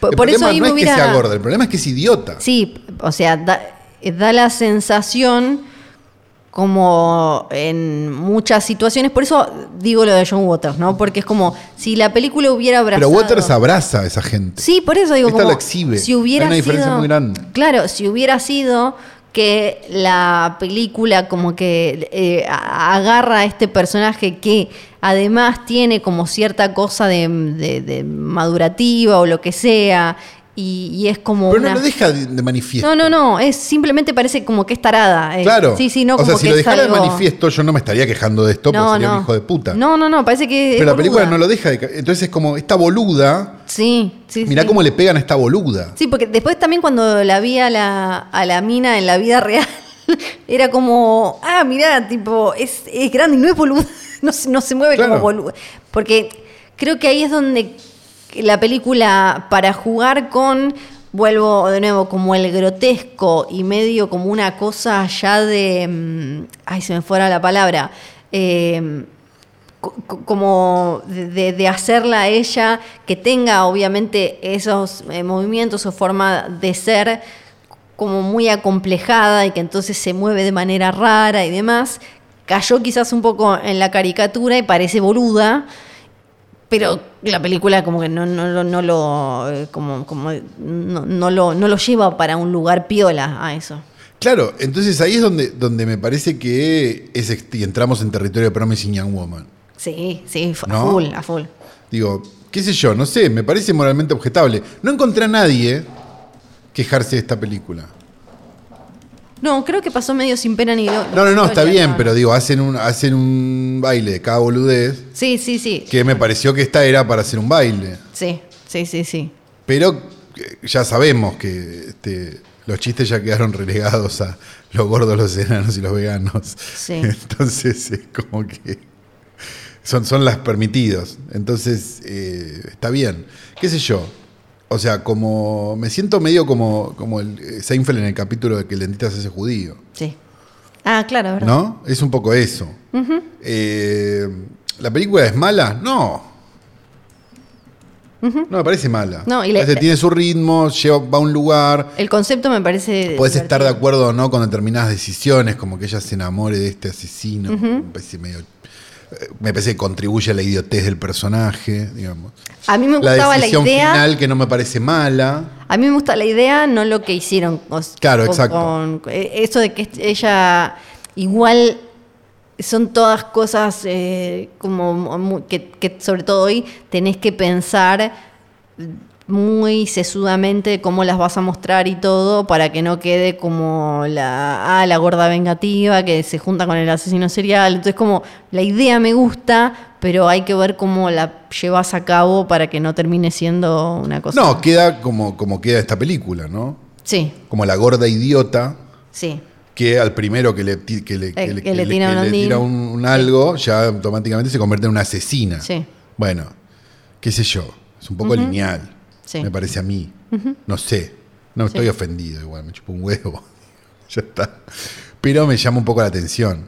Speaker 2: Por-
Speaker 3: el
Speaker 2: por eso
Speaker 3: problema
Speaker 2: ahí
Speaker 3: no
Speaker 2: me
Speaker 3: es
Speaker 2: hubiera-
Speaker 3: que sea gorda, el problema es que es idiota.
Speaker 2: Sí, o sea, da- eh, da la sensación como en muchas situaciones, por eso digo lo de John Waters, ¿no? Porque es como si la película hubiera abrazado...
Speaker 3: Pero Waters abraza a esa gente.
Speaker 2: Sí, por eso digo
Speaker 3: Esta
Speaker 2: como
Speaker 3: la exhibe.
Speaker 2: si hubiera
Speaker 3: Hay una diferencia
Speaker 2: sido-
Speaker 3: muy grande.
Speaker 2: Claro, si hubiera sido que la película como que eh, a- agarra a este personaje que además tiene como cierta cosa de, de- de madurativa o lo que sea y, y es como
Speaker 3: Pero
Speaker 2: una-
Speaker 3: no lo deja de, de manifiesto.
Speaker 2: no, no, no, es simplemente parece como que es tarada. eh.
Speaker 3: Claro.
Speaker 2: Sí, sí, no,
Speaker 3: o sea,
Speaker 2: como
Speaker 3: si
Speaker 2: que
Speaker 3: lo
Speaker 2: es
Speaker 3: dejara de
Speaker 2: algo-
Speaker 3: manifiesto, yo no me estaría quejando de esto porque sería un hijo de puta.
Speaker 2: No, no, no, parece que. es
Speaker 3: Pero la película
Speaker 2: boluda.
Speaker 3: no lo deja de ca- Entonces es como esta boluda.
Speaker 2: Sí, sí.
Speaker 3: Mirá
Speaker 2: sí.
Speaker 3: cómo le pegan a esta boluda.
Speaker 2: Sí, porque después también cuando la vi a la, a la mina en la vida real, [laughs] era como, ah, mirá, tipo, es, es grande y no es boluda, [laughs] no, se- no se mueve como
Speaker 3: Claro.
Speaker 2: boluda. Porque creo que ahí es donde la película, para jugar con, vuelvo de nuevo, como el grotesco y medio como una cosa ya de, mm, ay, se me fuera la palabra, eh, co- co- como de- de, de hacerla a ella, que tenga obviamente esos eh, movimientos o forma de ser como muy acomplejada y que entonces se mueve de manera rara y demás, cayó quizás un poco en la caricatura y parece boluda, pero la película como que no, no, lo- no lo eh, como, como no, no lo, no lo lleva para un lugar piola a eso.
Speaker 3: Claro, entonces ahí es donde, donde me parece que es ex- y entramos en territorio de Promising Young Woman.
Speaker 2: Sí, sí, fu- a
Speaker 3: ¿No?
Speaker 2: full, a full.
Speaker 3: Digo, qué sé yo, no sé, me parece moralmente objetable. No encontré a nadie quejarse de esta película.
Speaker 2: No, creo que pasó medio sin pena ni... glo-
Speaker 3: No, no, no, está
Speaker 2: gloria,
Speaker 3: bien,
Speaker 2: no.
Speaker 3: pero digo, hacen un, hacen un baile de cada boludez
Speaker 2: Sí, sí, sí.
Speaker 3: que me pareció que esta era para hacer un baile.
Speaker 2: Sí, sí, sí, sí.
Speaker 3: Pero eh, ya sabemos que este, los chistes ya quedaron relegados a los gordos, los enanos y los veganos.
Speaker 2: Sí.
Speaker 3: [laughs] Entonces es como que son, son las permitidos. Entonces eh, está bien. ¿Qué sé yo? O sea, como me siento medio como, como el eh, Seinfeld en el capítulo de que el dentista se hace judío.
Speaker 2: Sí. Ah, claro, es verdad.
Speaker 3: ¿No? Es un poco eso. Eh, ¿La película es mala? No. No me parece mala.
Speaker 2: No, y le-
Speaker 3: O sea, tiene su ritmo, lleva, va a un lugar.
Speaker 2: El concepto me parece.
Speaker 3: Puedes
Speaker 2: divertido.
Speaker 3: estar de acuerdo o no con determinadas decisiones, como que ella se enamore de este asesino. me, parece medio- eh, me parece que contribuye a la idiotez del personaje, digamos.
Speaker 2: A mí me
Speaker 3: La
Speaker 2: gustaba la,
Speaker 3: decisión
Speaker 2: idea.
Speaker 3: final que no me parece mala.
Speaker 2: A mí me gusta la idea, no lo que hicieron. o s-
Speaker 3: Claro,
Speaker 2: con-
Speaker 3: exacto.
Speaker 2: con- eh, eso de que est- ella igual son todas cosas eh, como mu- que, que sobre todo hoy tenés que pensar muy sesudamente cómo las vas a mostrar y todo para que no quede como la ah, la gorda vengativa que se junta con el asesino serial. Entonces como la idea me gusta, pero hay que ver cómo la llevas a cabo para que no termine siendo una cosa.
Speaker 3: No, queda como, como queda esta película, ¿no?
Speaker 2: Sí,
Speaker 3: Como la gorda idiota.
Speaker 2: sí.
Speaker 3: que al primero que le, ti- que le, que le-
Speaker 2: Eh, que le
Speaker 3: que le-
Speaker 2: tira
Speaker 3: que
Speaker 2: un
Speaker 3: le
Speaker 2: ondín.
Speaker 3: tira un, un algo, ya automáticamente se convierte en una asesina.
Speaker 2: Sí.
Speaker 3: Bueno, qué sé yo, es un poco lineal,
Speaker 2: Sí.
Speaker 3: me parece a mí. No sé, no estoy ofendido igual, me chupo un huevo, [laughs] ya está. Pero me llama un poco la atención.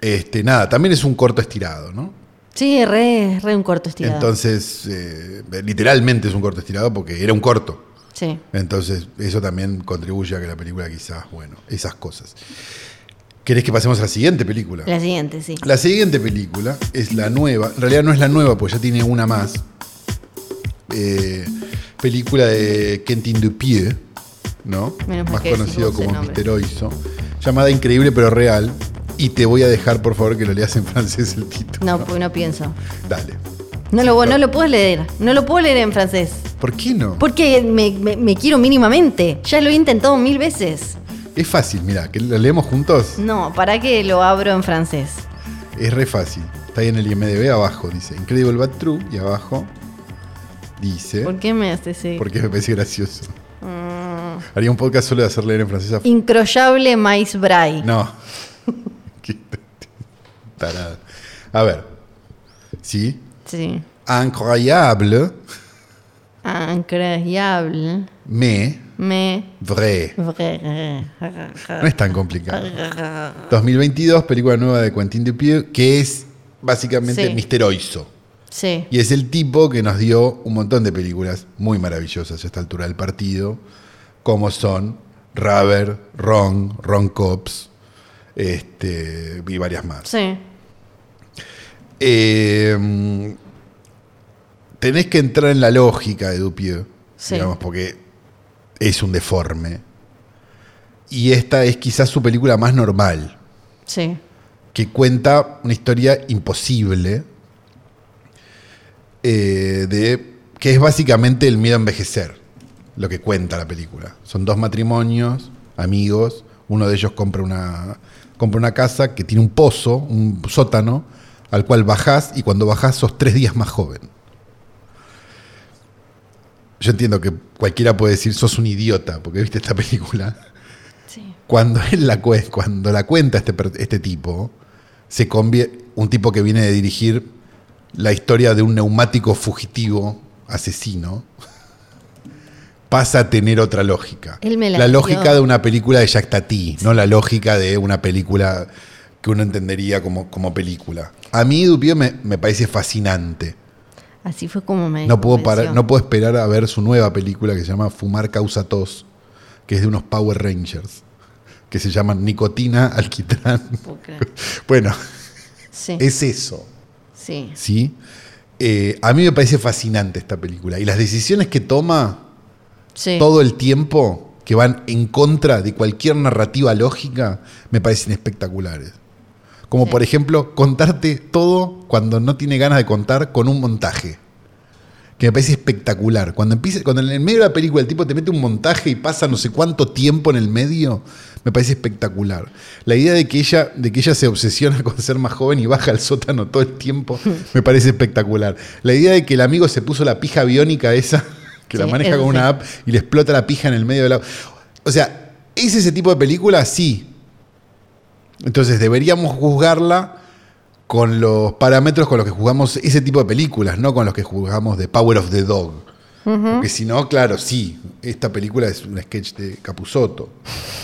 Speaker 3: este, nada, también es un corto estirado, ¿no?
Speaker 2: Sí, re, re un corto estirado.
Speaker 3: Entonces, eh, literalmente es un corto estirado porque era un corto.
Speaker 2: sí.
Speaker 3: Entonces, eso también contribuye a que la película quizás, bueno, esas cosas. ¿Querés que pasemos a la siguiente película?
Speaker 2: La siguiente, sí.
Speaker 3: La siguiente película es la nueva, en realidad no es la nueva, pues ya tiene una más. Eh, película de Quentin Dupieux, ¿no?
Speaker 2: Menos mal
Speaker 3: más
Speaker 2: que
Speaker 3: conocido
Speaker 2: decís vos el
Speaker 3: como
Speaker 2: nombre.
Speaker 3: Mister Oizo, llamada Increíble pero Real. Y te voy a dejar, por favor, que lo leas en francés el título.
Speaker 2: No, porque no pienso.
Speaker 3: Dale.
Speaker 2: No lo, no lo puedo leer. No lo puedo leer en francés.
Speaker 3: ¿Por qué no?
Speaker 2: Porque me, me- me quiero mínimamente. Ya lo he intentado mil veces.
Speaker 3: Es fácil, mira, que lo leemos juntos.
Speaker 2: No, ¿para qué lo abro en francés?
Speaker 3: Es re fácil. Está ahí en el IMDB abajo, dice Incredible But True. Y abajo dice.
Speaker 2: ¿Por qué me haces ese?
Speaker 3: Porque me parece gracioso. Haría un podcast solo de hacer leer en francés a.
Speaker 2: Incroyable mais braille.
Speaker 3: No. [laughs] Qué tarada. A ver. ¿Sí?
Speaker 2: Sí.
Speaker 3: Incroyable,
Speaker 2: Incroyable.
Speaker 3: mais
Speaker 2: Me.
Speaker 3: vrai. No
Speaker 2: vrai.
Speaker 3: es tan complicado. 2022, película nueva de Quentin Dupieux, que es básicamente
Speaker 2: Sí.
Speaker 3: Mister Oizo.
Speaker 2: Sí.
Speaker 3: Y es el tipo que nos dio un montón de películas muy maravillosas a esta altura del partido, como son Rubber, Ron, Ron Cops este, y varias más.
Speaker 2: Sí.
Speaker 3: Eh, tenés que entrar en la lógica de Dupieux,
Speaker 2: Sí.
Speaker 3: digamos, porque es un deforme. Y esta es quizás su película más normal,
Speaker 2: Sí.
Speaker 3: que cuenta una historia imposible eh, de que es básicamente el miedo a envejecer, lo que cuenta la película. Son dos matrimonios, amigos, uno de ellos compra una, compra una casa que tiene un pozo, un sótano, al cual bajás y cuando bajás sos tres días más joven. Yo entiendo que cualquiera puede decir sos un idiota, porque viste esta película
Speaker 2: Sí.
Speaker 3: cuando, él la, cue- cuando la cuenta este, per- este tipo, se convierte un tipo que viene de dirigir la historia de un neumático fugitivo asesino, pasa a tener otra lógica.
Speaker 2: Él me la dio.
Speaker 3: lógica de una película de Jacques Tati, no la lógica de una película que uno entendería como, como película. A mí Dupieux me, me parece fascinante.
Speaker 2: Así fue como me.
Speaker 3: No puedo,
Speaker 2: convenció.
Speaker 3: parar- no puedo esperar a ver su nueva película que se llama Fumar causa tos, que es de unos Power Rangers, que se llaman Nicotina, Alquitrán. [laughs]
Speaker 2: Puedo creer.
Speaker 3: Bueno,
Speaker 2: Sí.
Speaker 3: es eso,
Speaker 2: Sí.
Speaker 3: ¿sí? Eh, a mí me parece fascinante esta película y las decisiones que toma
Speaker 2: Sí.
Speaker 3: todo el tiempo, que van en contra de cualquier narrativa lógica, me parecen espectaculares. Como
Speaker 2: Sí.
Speaker 3: por ejemplo, contarte todo cuando no tiene ganas de contar con un montaje. Que me parece espectacular. Cuando empieza, cuando en el medio de la película el tipo te mete un montaje y pasa no sé cuánto tiempo en el medio, me parece espectacular. La idea de que ella, de que ella se obsesiona [laughs] con ser más joven y baja al sótano todo el
Speaker 2: [laughs]
Speaker 3: tiempo, me parece espectacular. La idea de que el amigo se puso la pija biónica esa, [laughs] que la
Speaker 2: Sí,
Speaker 3: maneja
Speaker 2: eso
Speaker 3: con
Speaker 2: sí.
Speaker 3: una app y le explota la pija en el medio de la. O sea, ¿es ese tipo de película? Sí. Entonces deberíamos juzgarla con los parámetros con los que jugamos ese tipo de películas, no con los que jugamos de Power of the Dog. Porque si no, claro, sí, esta película es un sketch de Capusotto.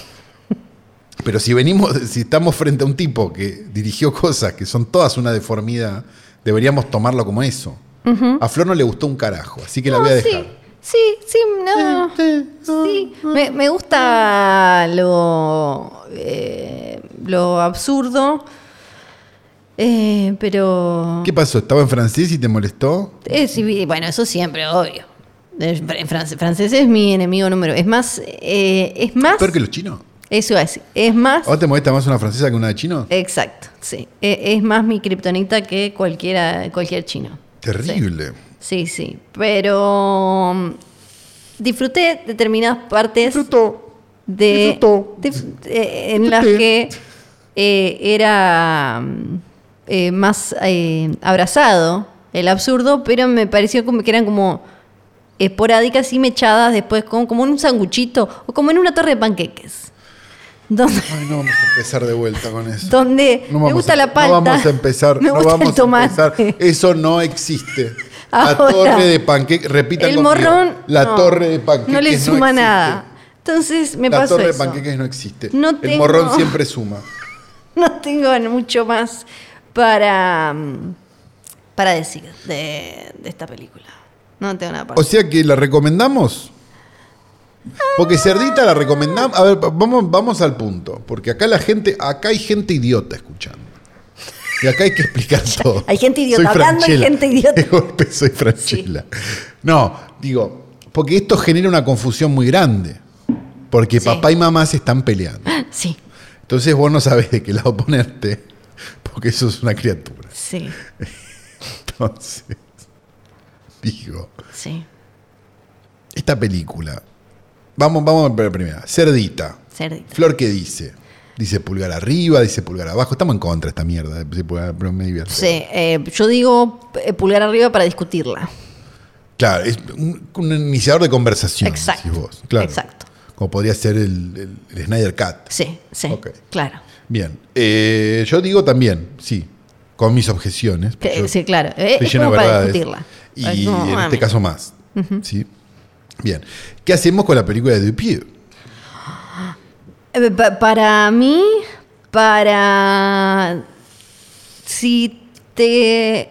Speaker 3: [laughs] Pero si venimos, si estamos frente a un tipo que dirigió cosas que son todas una deformidad, deberíamos tomarlo como eso. A Flor no le gustó un carajo, así que la
Speaker 2: No,
Speaker 3: voy a
Speaker 2: sí.
Speaker 3: dejar.
Speaker 2: Sí, sí, no. Sí, me, me gusta lo, eh, lo absurdo, eh, pero...
Speaker 3: ¿Qué pasó? ¿Estaba en francés y te molestó?
Speaker 2: Eh, sí, vi- bueno, eso siempre, obvio. Eh, fr- fran- francés es mi enemigo número. Es más, eh, es más...
Speaker 3: ¿Peor que los chinos?
Speaker 2: Eso es, es más...
Speaker 3: ¿A vos te molesta más una francesa que una de chino?
Speaker 2: Exacto, sí. Eh, es más mi kriptonita que cualquiera, cualquier chino.
Speaker 3: Terrible.
Speaker 2: [laughs] Sí, sí, pero mm, disfruté determinadas partes...
Speaker 3: Disfrutó.
Speaker 2: de,
Speaker 3: Disfrutó.
Speaker 2: de- eh, en las
Speaker 3: Disfruté.
Speaker 2: que eh, era mm, eh, más eh, abrazado el absurdo, pero me pareció como que eran como esporádicas y mechadas después como, como en un sanguchito o como en una torre de panqueques. [laughs] Donde,
Speaker 3: Ay, no vamos a empezar de vuelta con eso.
Speaker 2: donde
Speaker 3: No
Speaker 2: me
Speaker 3: vamos
Speaker 2: gusta
Speaker 3: a-
Speaker 2: la palta.
Speaker 3: No vamos a
Speaker 2: [laughs]
Speaker 3: empezar.
Speaker 2: Me
Speaker 3: no
Speaker 2: gusta
Speaker 3: vamos
Speaker 2: el tomate.
Speaker 3: A empezar. Eso
Speaker 2: [laughs]
Speaker 3: no existe. la
Speaker 2: Ahora,
Speaker 3: torre de panqueques. Repitan
Speaker 2: El
Speaker 3: conmigo.
Speaker 2: morrón.
Speaker 3: La
Speaker 2: no,
Speaker 3: torre de panqueques.
Speaker 2: No le suma
Speaker 3: existe.
Speaker 2: nada. Entonces me
Speaker 3: La
Speaker 2: pasó
Speaker 3: torre de
Speaker 2: eso.
Speaker 3: panqueques no existe.
Speaker 2: No
Speaker 3: El
Speaker 2: tengo-
Speaker 3: morrón siempre suma.
Speaker 2: [laughs] no tengo mucho más para, mm, para decir de, de esta película. No tengo nada para
Speaker 3: O sea que la recomendamos. Porque cerdita la recomendamos. A ver, vamos, vamos al punto. Porque acá la gente, acá hay gente idiota escuchando. Y acá hay
Speaker 2: [laughs]
Speaker 3: que explicar todo.
Speaker 2: hay gente idiota hablando, hay
Speaker 3: Franchella. [laughs]
Speaker 2: gente idiota.
Speaker 3: De golpe soy Franchella. No, digo, porque esto genera una confusión muy grande. Porque
Speaker 2: Sí.
Speaker 3: papá y mamá se están peleando.
Speaker 2: Sí,
Speaker 3: Entonces vos no sabés de qué lado ponerte, porque eso es una criatura. [laughs]
Speaker 2: sí,
Speaker 3: Entonces, digo.
Speaker 2: sí.
Speaker 3: Esta película. Vamos, vamos a ver la primera. Cerdita.
Speaker 2: Cerdita.
Speaker 3: Flor que dice. Dice pulgar arriba, dice pulgar abajo. Estamos en contra de esta mierda. de decir pulgar, pero me divierte.
Speaker 2: Sí, eh, yo digo eh, pulgar arriba para discutirla.
Speaker 3: Claro, es un, un iniciador de conversación.
Speaker 2: Exacto,
Speaker 3: decís vos. Claro.
Speaker 2: exacto.
Speaker 3: Como podría ser el, el- el Snyder Cat.
Speaker 2: Sí, sí,
Speaker 3: Ok.
Speaker 2: claro.
Speaker 3: Bien. Eh, yo digo también, sí. Con mis objeciones.
Speaker 2: Que-
Speaker 3: porque yo-
Speaker 2: sí, claro. Eh,
Speaker 3: Estoy
Speaker 2: es
Speaker 3: lleno
Speaker 2: como
Speaker 3: de
Speaker 2: para
Speaker 3: verdades.
Speaker 2: discutirla.
Speaker 3: Y
Speaker 2: Es como,
Speaker 3: en
Speaker 2: mami.
Speaker 3: este caso más. ¿Sí? Bien. ¿Qué hacemos con la película de Dupieux?
Speaker 2: Eh, pa- para mí, para. Si te.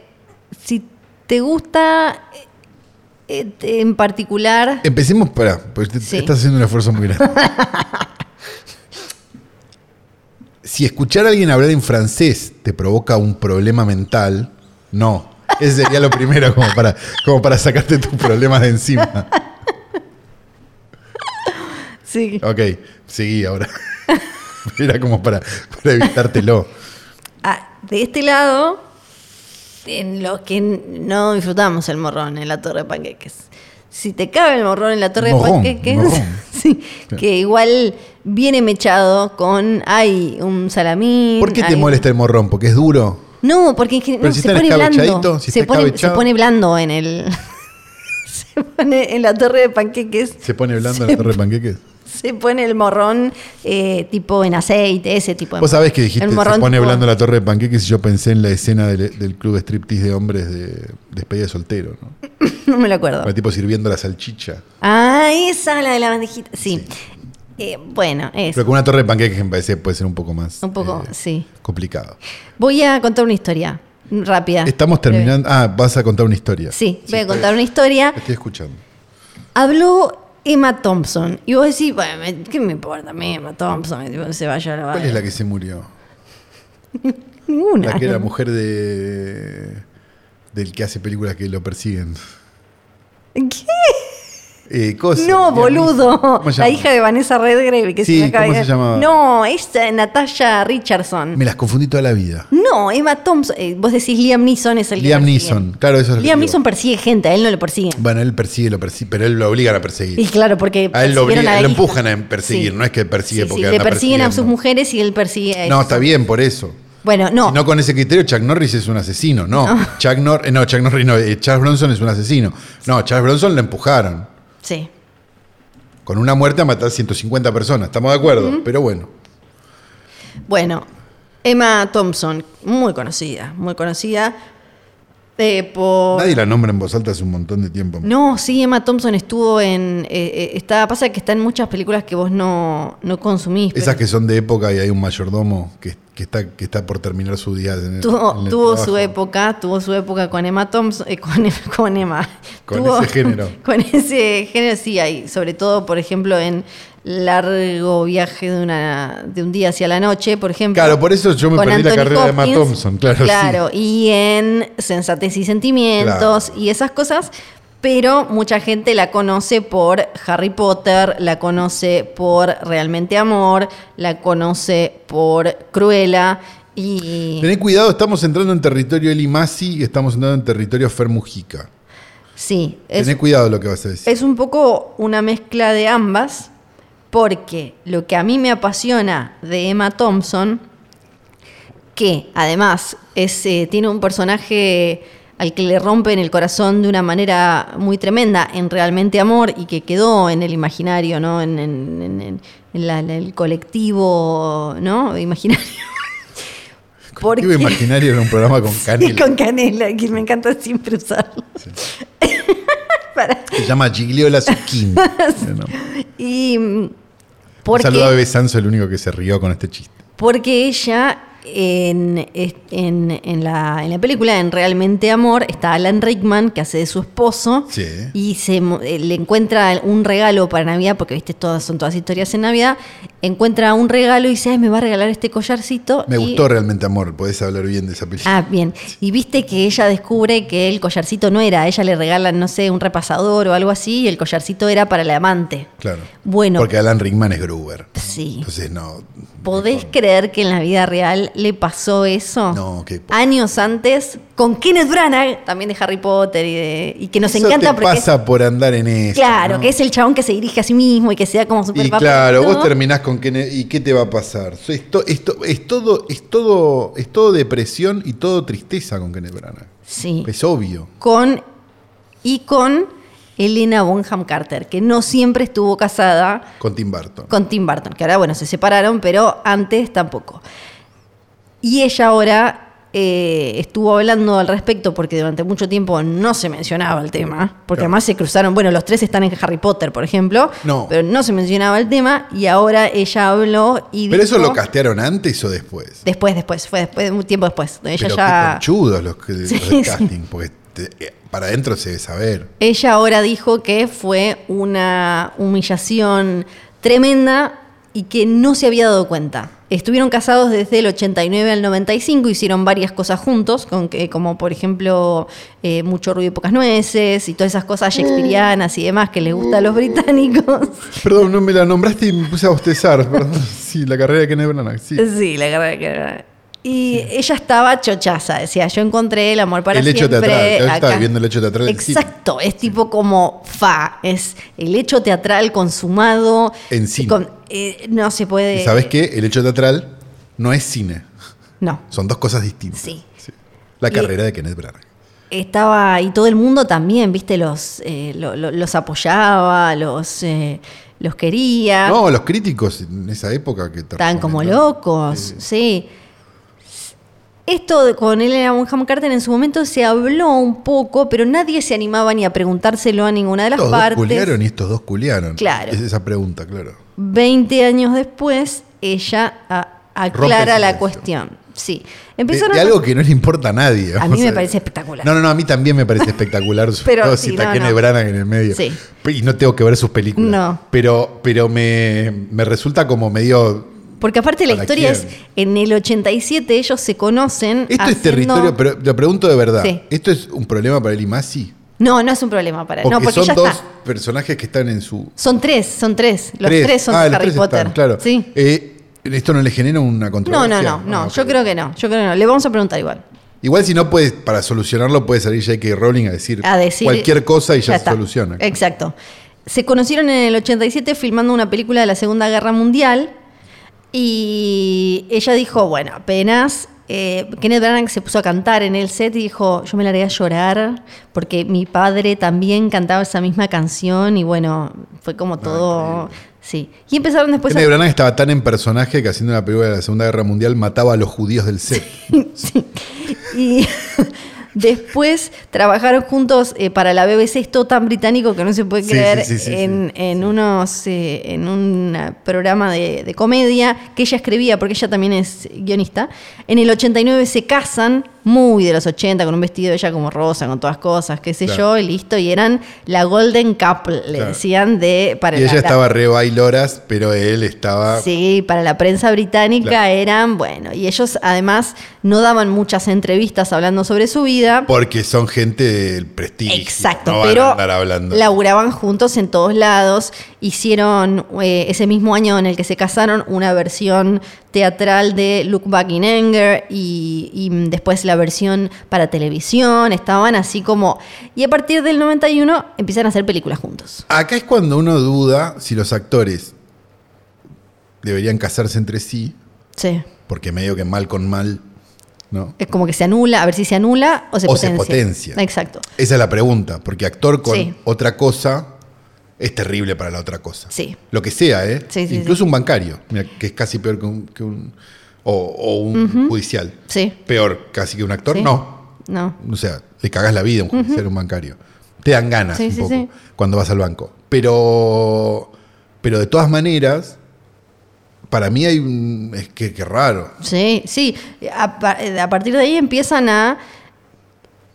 Speaker 2: Si te gusta eh, en particular.
Speaker 3: Empecemos para, porque te-
Speaker 2: Sí.
Speaker 3: estás haciendo un esfuerzo
Speaker 2: [laughs]
Speaker 3: muy grande. si escuchar a alguien hablar en francés te provoca un problema mental, no. Ese sería lo primero como para, como para sacarte tus problemas de encima.
Speaker 2: Sí.
Speaker 3: Ok,
Speaker 2: [laughs]
Speaker 3: seguí ahora. Era como para, para evitártelo.
Speaker 2: Ah, de este lado, en los que no disfrutamos el morrón en la torre de panqueques. Si te cabe el morrón en la torre
Speaker 3: Morrón,
Speaker 2: de panqueques,
Speaker 3: morrón.
Speaker 2: [laughs] sí, que igual viene mechado con, hay un salamín.
Speaker 3: ¿Por qué te
Speaker 2: hay-
Speaker 3: molesta el morrón? Porque es duro.
Speaker 2: No, porque en general
Speaker 3: Pero
Speaker 2: no,
Speaker 3: si
Speaker 2: se
Speaker 3: está
Speaker 2: pone blando.
Speaker 3: escabechadito, si
Speaker 2: se,
Speaker 3: está
Speaker 2: pone, se
Speaker 3: escabechado.
Speaker 2: pone blando en el... [laughs] se pone en la torre de panqueques.
Speaker 3: ¿Se pone blando
Speaker 2: Se-
Speaker 3: la torre de panqueques?
Speaker 2: Se pone el morrón eh, tipo en aceite, ese tipo de
Speaker 3: Vos sabés que dijiste,
Speaker 2: el
Speaker 3: se
Speaker 2: morrón
Speaker 3: pone
Speaker 2: tipo-
Speaker 3: hablando la torre de panqueques y yo pensé en la escena del, del club striptease de hombres de despedida de soltero, ¿no?
Speaker 2: [laughs] No me lo acuerdo.
Speaker 3: Con el tipo sirviendo la salchicha.
Speaker 2: Ah, esa, la de la bandejita. Sí. Eh, bueno, es
Speaker 3: Pero con una torre de panqueques me parece puede ser un poco más
Speaker 2: un poco,
Speaker 3: eh,
Speaker 2: sí.
Speaker 3: complicado.
Speaker 2: Voy a contar una historia rápida.
Speaker 3: Estamos
Speaker 2: breve.
Speaker 3: terminando. Ah, vas a contar una historia.
Speaker 2: Sí, voy a
Speaker 3: está
Speaker 2: contar
Speaker 3: bien.
Speaker 2: una historia.
Speaker 3: Te Estoy escuchando.
Speaker 2: Habló Emma Thompson. Y vos decís, bueno, me- ¿qué me importa a mí, Emma Thompson? Tipo, Se vaya a la
Speaker 3: ¿Cuál es la que se murió?
Speaker 2: Ninguna.
Speaker 3: La que era mujer de del que hace películas que lo persiguen.
Speaker 2: ¿Qué?
Speaker 3: Eh, cosa,
Speaker 2: No,
Speaker 3: digamos.
Speaker 2: boludo.
Speaker 3: ¿Cómo se
Speaker 2: La
Speaker 3: llama?
Speaker 2: hija de Vanessa Redgrave. Que
Speaker 3: Sí,
Speaker 2: se me acaba de-
Speaker 3: ¿cómo se llamaba?
Speaker 2: No, es eh, Natasha Richardson.
Speaker 3: Me las confundí toda la vida.
Speaker 2: No, Emma Thompson. eh, vos decís Liam Neeson es el que
Speaker 3: Liam
Speaker 2: persigue.
Speaker 3: Neeson. Claro, eso es lo que
Speaker 2: Liam
Speaker 3: digo.
Speaker 2: Neeson persigue gente, a él no lo persiguen.
Speaker 3: Bueno, él persigue, lo persigue, pero él lo obligan a perseguir.
Speaker 2: Y claro, porque
Speaker 3: A él lo,
Speaker 2: persiguieron
Speaker 3: obliga-
Speaker 2: la hija.
Speaker 3: lo empujan a perseguir,
Speaker 2: Sí.
Speaker 3: no es que persigue
Speaker 2: Sí, sí,
Speaker 3: porque
Speaker 2: le
Speaker 3: anda
Speaker 2: persiguen a sus
Speaker 3: persiguiendo.
Speaker 2: mujeres y él persigue a
Speaker 3: No,
Speaker 2: ellos.
Speaker 3: está bien, por eso.
Speaker 2: Bueno, no.
Speaker 3: Si no con ese criterio, Chuck Norris es un asesino. No, Chuck, Nor- eh, no, Chuck Norris no, eh, Charles Bronson es un asesino. No, Charles Bronson lo empujaron.
Speaker 2: Sí.
Speaker 3: Con una muerte a matar 150 personas, estamos de acuerdo. Pero bueno,
Speaker 2: Bueno, Emma Thompson, muy conocida, muy conocida eh, por...
Speaker 3: nadie la nombra en voz alta hace un montón de tiempo.
Speaker 2: No, sí, Emma Thompson estuvo en... eh, eh, está, pasa que está en muchas películas que vos no, no consumís.
Speaker 3: Esas
Speaker 2: pero
Speaker 3: que son de época y hay un mayordomo que, que está, que está por terminar su día. en el-
Speaker 2: Tuvo,
Speaker 3: en el
Speaker 2: tuvo su
Speaker 3: trabajo.
Speaker 2: época, tuvo su época con Emma Thompson, eh, con, con Emma. [laughs]
Speaker 3: Con
Speaker 2: Tuvo-
Speaker 3: ese género.
Speaker 2: [laughs] Con ese género, sí, hay. Sobre todo, por ejemplo, en largo viaje de, una, de un día hacia la noche, por ejemplo.
Speaker 3: Claro, por eso yo me
Speaker 2: con
Speaker 3: perdí la
Speaker 2: Anthony
Speaker 3: carrera de Emma
Speaker 2: Hopkins.
Speaker 3: Thompson, claro, sí.
Speaker 2: Claro, y en Sensatez y Sentimientos
Speaker 3: Claro.
Speaker 2: y esas cosas. Pero mucha gente la conoce por Harry Potter, la conoce por Realmente Amor, la conoce por Cruella y...
Speaker 3: Tené cuidado, estamos entrando en territorio Eli Masi y estamos entrando en territorio Fer Mujica.
Speaker 2: Sí, es,
Speaker 3: Tené cuidado lo que vas a decir.
Speaker 2: es un poco una mezcla de ambas, porque lo que a mí me apasiona de Emma Thompson, que además es, eh, tiene un personaje al que le rompen el corazón de una manera muy tremenda en Realmente Amor y que quedó en el imaginario, ¿no? En, en- en- en- en la- en el colectivo, ¿no? Imaginario. [laughs]
Speaker 3: [laughs]
Speaker 2: Porque-
Speaker 3: Vivo Imaginario era un
Speaker 2: [laughs]
Speaker 3: programa con
Speaker 2: Y
Speaker 3: Canela.
Speaker 2: con canela, que me encanta siempre usarlo. [laughs] Para-
Speaker 3: Se llama
Speaker 2: [laughs]
Speaker 3: Gigliola Zucchini. Bueno,
Speaker 2: Y mm,
Speaker 3: un
Speaker 2: porque,
Speaker 3: saludo a Bebé Sanso, el único que se rió con este chiste.
Speaker 2: porque ella en, es- en- en la, en la película, en Realmente Amor, está Alan Rickman, que hace de su esposo,
Speaker 3: Sí.
Speaker 2: y se, mo- eh, le encuentra un regalo para Navidad, porque viste, todas, son todas historias en Navidad, encuentra un regalo y dice, "Ay, me va a regalar este collarcito.
Speaker 3: Me
Speaker 2: y-
Speaker 3: gustó realmente, amor. Podés hablar bien de esa película.
Speaker 2: Ah, bien. Y viste que ella descubre que el collarcito no era, a ella le regalan, no sé, un repasador o algo así, y el collarcito era para la amante.
Speaker 3: claro.
Speaker 2: Bueno.
Speaker 3: Porque Alan Rickman es Gruber.
Speaker 2: Sí.
Speaker 3: Entonces, no.
Speaker 2: ¿Podés creer que en la vida real le pasó eso?
Speaker 3: No, qué po-
Speaker 2: Años antes, con Kenneth Branagh, también de Harry Potter y, de- y que nos
Speaker 3: Eso
Speaker 2: encanta
Speaker 3: te
Speaker 2: porque. es-
Speaker 3: pasa por andar en eso.
Speaker 2: claro,
Speaker 3: ¿no?
Speaker 2: que es el chabón que se dirige a sí mismo y que se da como super
Speaker 3: Y
Speaker 2: papá
Speaker 3: claro,
Speaker 2: y
Speaker 3: vos
Speaker 2: todo.
Speaker 3: terminás con que ¿Y qué te va a pasar? So, Esto, esto, es, todo, es, todo, es todo depresión y todo tristeza con Kenneth Branagh.
Speaker 2: Sí.
Speaker 3: Es obvio.
Speaker 2: Con. Y con Elena Bonham Carter, que no siempre estuvo casada.
Speaker 3: Con Tim Burton.
Speaker 2: con Tim Burton, que ahora, bueno, se separaron, pero antes tampoco. Y ella ahora eh, estuvo hablando al respecto porque durante mucho tiempo no se mencionaba el tema, porque
Speaker 3: Claro.
Speaker 2: además se cruzaron, bueno, los tres están en Harry Potter, por ejemplo,
Speaker 3: No.
Speaker 2: pero no se mencionaba el tema y ahora ella habló y
Speaker 3: ¿Pero
Speaker 2: dijo-
Speaker 3: eso lo castearon antes o después?
Speaker 2: Después, después, fue después, un tiempo después. Ella
Speaker 3: Pero
Speaker 2: ya...
Speaker 3: qué conchudos los, que-
Speaker 2: [laughs]
Speaker 3: los
Speaker 2: Sí,
Speaker 3: de
Speaker 2: sí.
Speaker 3: casting, porque te- eh, para adentro se debe saber.
Speaker 2: Ella ahora dijo que fue una humillación tremenda y que no se había dado cuenta. Estuvieron casados desde el 89 al 95, hicieron varias cosas juntos, con que- como por ejemplo eh, mucho ruido y pocas nueces y todas esas cosas shakespearianas y demás que les gusta a los británicos.
Speaker 3: Perdón, no me la nombraste y me puse a bostezar. [laughs] Perdón. Sí, la carrera de Kenneth Branagh. Sí.
Speaker 2: Sí, la carrera que era. Y ella estaba chochaza, decía, yo encontré el amor para
Speaker 3: El hecho
Speaker 2: siempre.
Speaker 3: teatral, ella estaba
Speaker 2: acá".
Speaker 3: viendo el hecho teatral del cine.
Speaker 2: Exacto, es tipo como fa, es el hecho teatral consumado.
Speaker 3: En cine.
Speaker 2: Con- eh, no se puede.
Speaker 3: ¿Y sabes qué? El hecho teatral no es cine.
Speaker 2: No,
Speaker 3: Son dos cosas distintas.
Speaker 2: sí.
Speaker 3: La
Speaker 2: Y-
Speaker 3: carrera de Kenneth Branagh.
Speaker 2: Estaba, y todo el mundo también, viste, los, eh, lo- lo- los apoyaba, los, eh, los quería.
Speaker 3: No, los críticos en esa época que te
Speaker 2: Ah. Estaban como
Speaker 3: recomendaban.
Speaker 2: locos, sí. Esto de- con Elena Bonham Carter en su momento se habló un poco, pero nadie se animaba ni a preguntárselo a ninguna de las
Speaker 3: Estos dos
Speaker 2: partes.
Speaker 3: culiaron y estos dos culiaron.
Speaker 2: Claro.
Speaker 3: Es esa pregunta, claro.
Speaker 2: 20 años después, ella a-
Speaker 3: Rompe
Speaker 2: aclara
Speaker 3: el
Speaker 2: la
Speaker 3: silencio.
Speaker 2: cuestión. Sí.
Speaker 3: De,
Speaker 2: Empezaron
Speaker 3: de
Speaker 2: a-
Speaker 3: algo que no le importa a nadie.
Speaker 2: A
Speaker 3: o
Speaker 2: mí me
Speaker 3: sea.
Speaker 2: parece espectacular.
Speaker 3: No, no, no, a mí también me parece
Speaker 2: [laughs]
Speaker 3: espectacular. su
Speaker 2: Pero
Speaker 3: no,
Speaker 2: sí,
Speaker 3: si está
Speaker 2: no,
Speaker 3: Kenneth
Speaker 2: no.
Speaker 3: Branagh en el medio.
Speaker 2: Sí.
Speaker 3: Y no tengo que ver sus películas.
Speaker 2: No.
Speaker 3: Pero, pero me, me resulta como medio.
Speaker 2: Porque aparte la
Speaker 3: ¿Para
Speaker 2: historia
Speaker 3: quién?
Speaker 2: es, en el 87 ellos se conocen.
Speaker 3: Esto es
Speaker 2: haciendo-
Speaker 3: territorio, pero lo pregunto de verdad.
Speaker 2: Sí.
Speaker 3: ¿Esto es un problema para él y Masi?
Speaker 2: No, no es un problema para él.
Speaker 3: Porque,
Speaker 2: No, porque ya
Speaker 3: son dos
Speaker 2: está.
Speaker 3: personajes que están en su.
Speaker 2: Son tres, son tres. Los tres, son
Speaker 3: Ah,
Speaker 2: de
Speaker 3: los
Speaker 2: Harry
Speaker 3: tres
Speaker 2: Potter.
Speaker 3: están, claro.
Speaker 2: Sí.
Speaker 3: Eh, ¿Esto no le genera una
Speaker 2: No, no,
Speaker 3: controversia?
Speaker 2: no, no.
Speaker 3: Ah,
Speaker 2: Yo
Speaker 3: ok.
Speaker 2: creo que no. Yo creo que no. Le vamos a preguntar igual.
Speaker 3: Igual si no puedes, para solucionarlo, puede salir J.K. Rowling a decir,
Speaker 2: A decir.
Speaker 3: cualquier cosa y ya, se
Speaker 2: está. Eh,
Speaker 3: soluciona.
Speaker 2: Exacto. Se conocieron en el 87 filmando una película de la Segunda Guerra Mundial. Y ella dijo, bueno, apenas eh, Kenneth Branagh se puso a cantar en el set y dijo, yo me largué a llorar porque mi padre también cantaba esa misma canción y bueno, fue como todo... Sí. Y empezaron después...
Speaker 3: Ah, Kenneth
Speaker 2: pues a-
Speaker 3: Branagh estaba tan en personaje que haciendo una película de la Segunda Guerra Mundial mataba a los judíos
Speaker 2: [laughs]
Speaker 3: del set.
Speaker 2: Y [laughs] después trabajaron juntos eh, para la BBC. Esto tan británico que no se puede
Speaker 3: Sí,
Speaker 2: creer
Speaker 3: sí, sí, sí,
Speaker 2: en, en unos eh, en un eh, programa de, de comedia que ella escribía, porque ella también es guionista. En el 89 se casan, muy de los 80, con un vestido de ella como rosa, con todas cosas, qué sé yo,
Speaker 3: Claro.
Speaker 2: y listo. Y eran la Golden Couple, le
Speaker 3: Claro.
Speaker 2: decían, de para
Speaker 3: y
Speaker 2: la-
Speaker 3: ella
Speaker 2: la-
Speaker 3: estaba re bailoras, pero él estaba...
Speaker 2: Sí, para la prensa británica
Speaker 3: Claro.
Speaker 2: eran, bueno, y ellos además no daban muchas entrevistas hablando sobre su vida.
Speaker 3: Porque son gente del prestigio.
Speaker 2: Exacto,
Speaker 3: no van a
Speaker 2: pero
Speaker 3: andar hablando.
Speaker 2: laburaban juntos en todos lados. Hicieron eh, ese mismo año en el que se casaron una versión teatral de Look Back in Anger y, y después la versión para televisión. Estaban así como... Y a partir del 91 empiezan a hacer películas juntos.
Speaker 3: Acá es cuando uno duda si los actores deberían casarse entre sí,
Speaker 2: Sí.
Speaker 3: porque medio que mal con mal, ¿no?
Speaker 2: Es como que se anula, a ver si se anula o se
Speaker 3: O se
Speaker 2: potencia.
Speaker 3: potencia.
Speaker 2: Exacto.
Speaker 3: Esa es la pregunta, porque actor con
Speaker 2: Sí.
Speaker 3: otra cosa es terrible para la otra cosa.
Speaker 2: Sí.
Speaker 3: Lo que sea, ¿eh?
Speaker 2: Sí, sí,
Speaker 3: Incluso un bancario, mira, que es casi peor que un... que un- o, o un judicial.
Speaker 2: Sí.
Speaker 3: Peor casi que un actor,
Speaker 2: Sí.
Speaker 3: no.
Speaker 2: No.
Speaker 3: O sea, le cagás la vida a un judicial, a un bancario. Te dan ganas
Speaker 2: Sí,
Speaker 3: un
Speaker 2: sí,
Speaker 3: poco
Speaker 2: sí.
Speaker 3: cuando vas al banco. Pero, pero de todas maneras, para mí hay un... Es que, que raro.
Speaker 2: Sí, sí. A, pa- eh, a partir de ahí empiezan a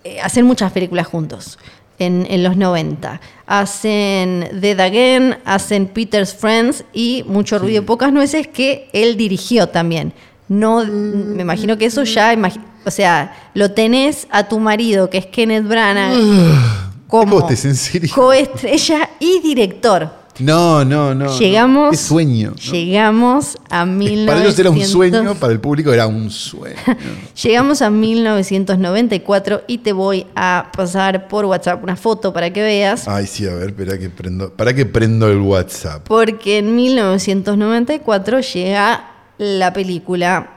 Speaker 2: eh, hacer muchas películas juntos. En, en los 90. Hacen Dead Again, hacen Peter's Friends y Mucho Ruido y Pocas Nueces que él dirigió también. No,
Speaker 3: Mm.
Speaker 2: me imagino que eso ya, imagi- o sea, lo tenés a tu marido, que es Kenneth Branagh,
Speaker 3: Ah.
Speaker 2: como
Speaker 3: Hostes, ¿en serio?
Speaker 2: coestrella y director.
Speaker 3: No, no, no. no.
Speaker 2: Llegamos,
Speaker 3: Qué sueño. ¿no?
Speaker 2: Llegamos a 1900.
Speaker 3: Para ellos era un sueño, para el público era
Speaker 2: [laughs]
Speaker 3: un sueño.
Speaker 2: Llegamos a 1994 y te voy a pasar por WhatsApp una foto para que veas.
Speaker 3: Ay, sí, a ver, espera que prendo, para que prendo el WhatsApp.
Speaker 2: Porque en 1994 llega la película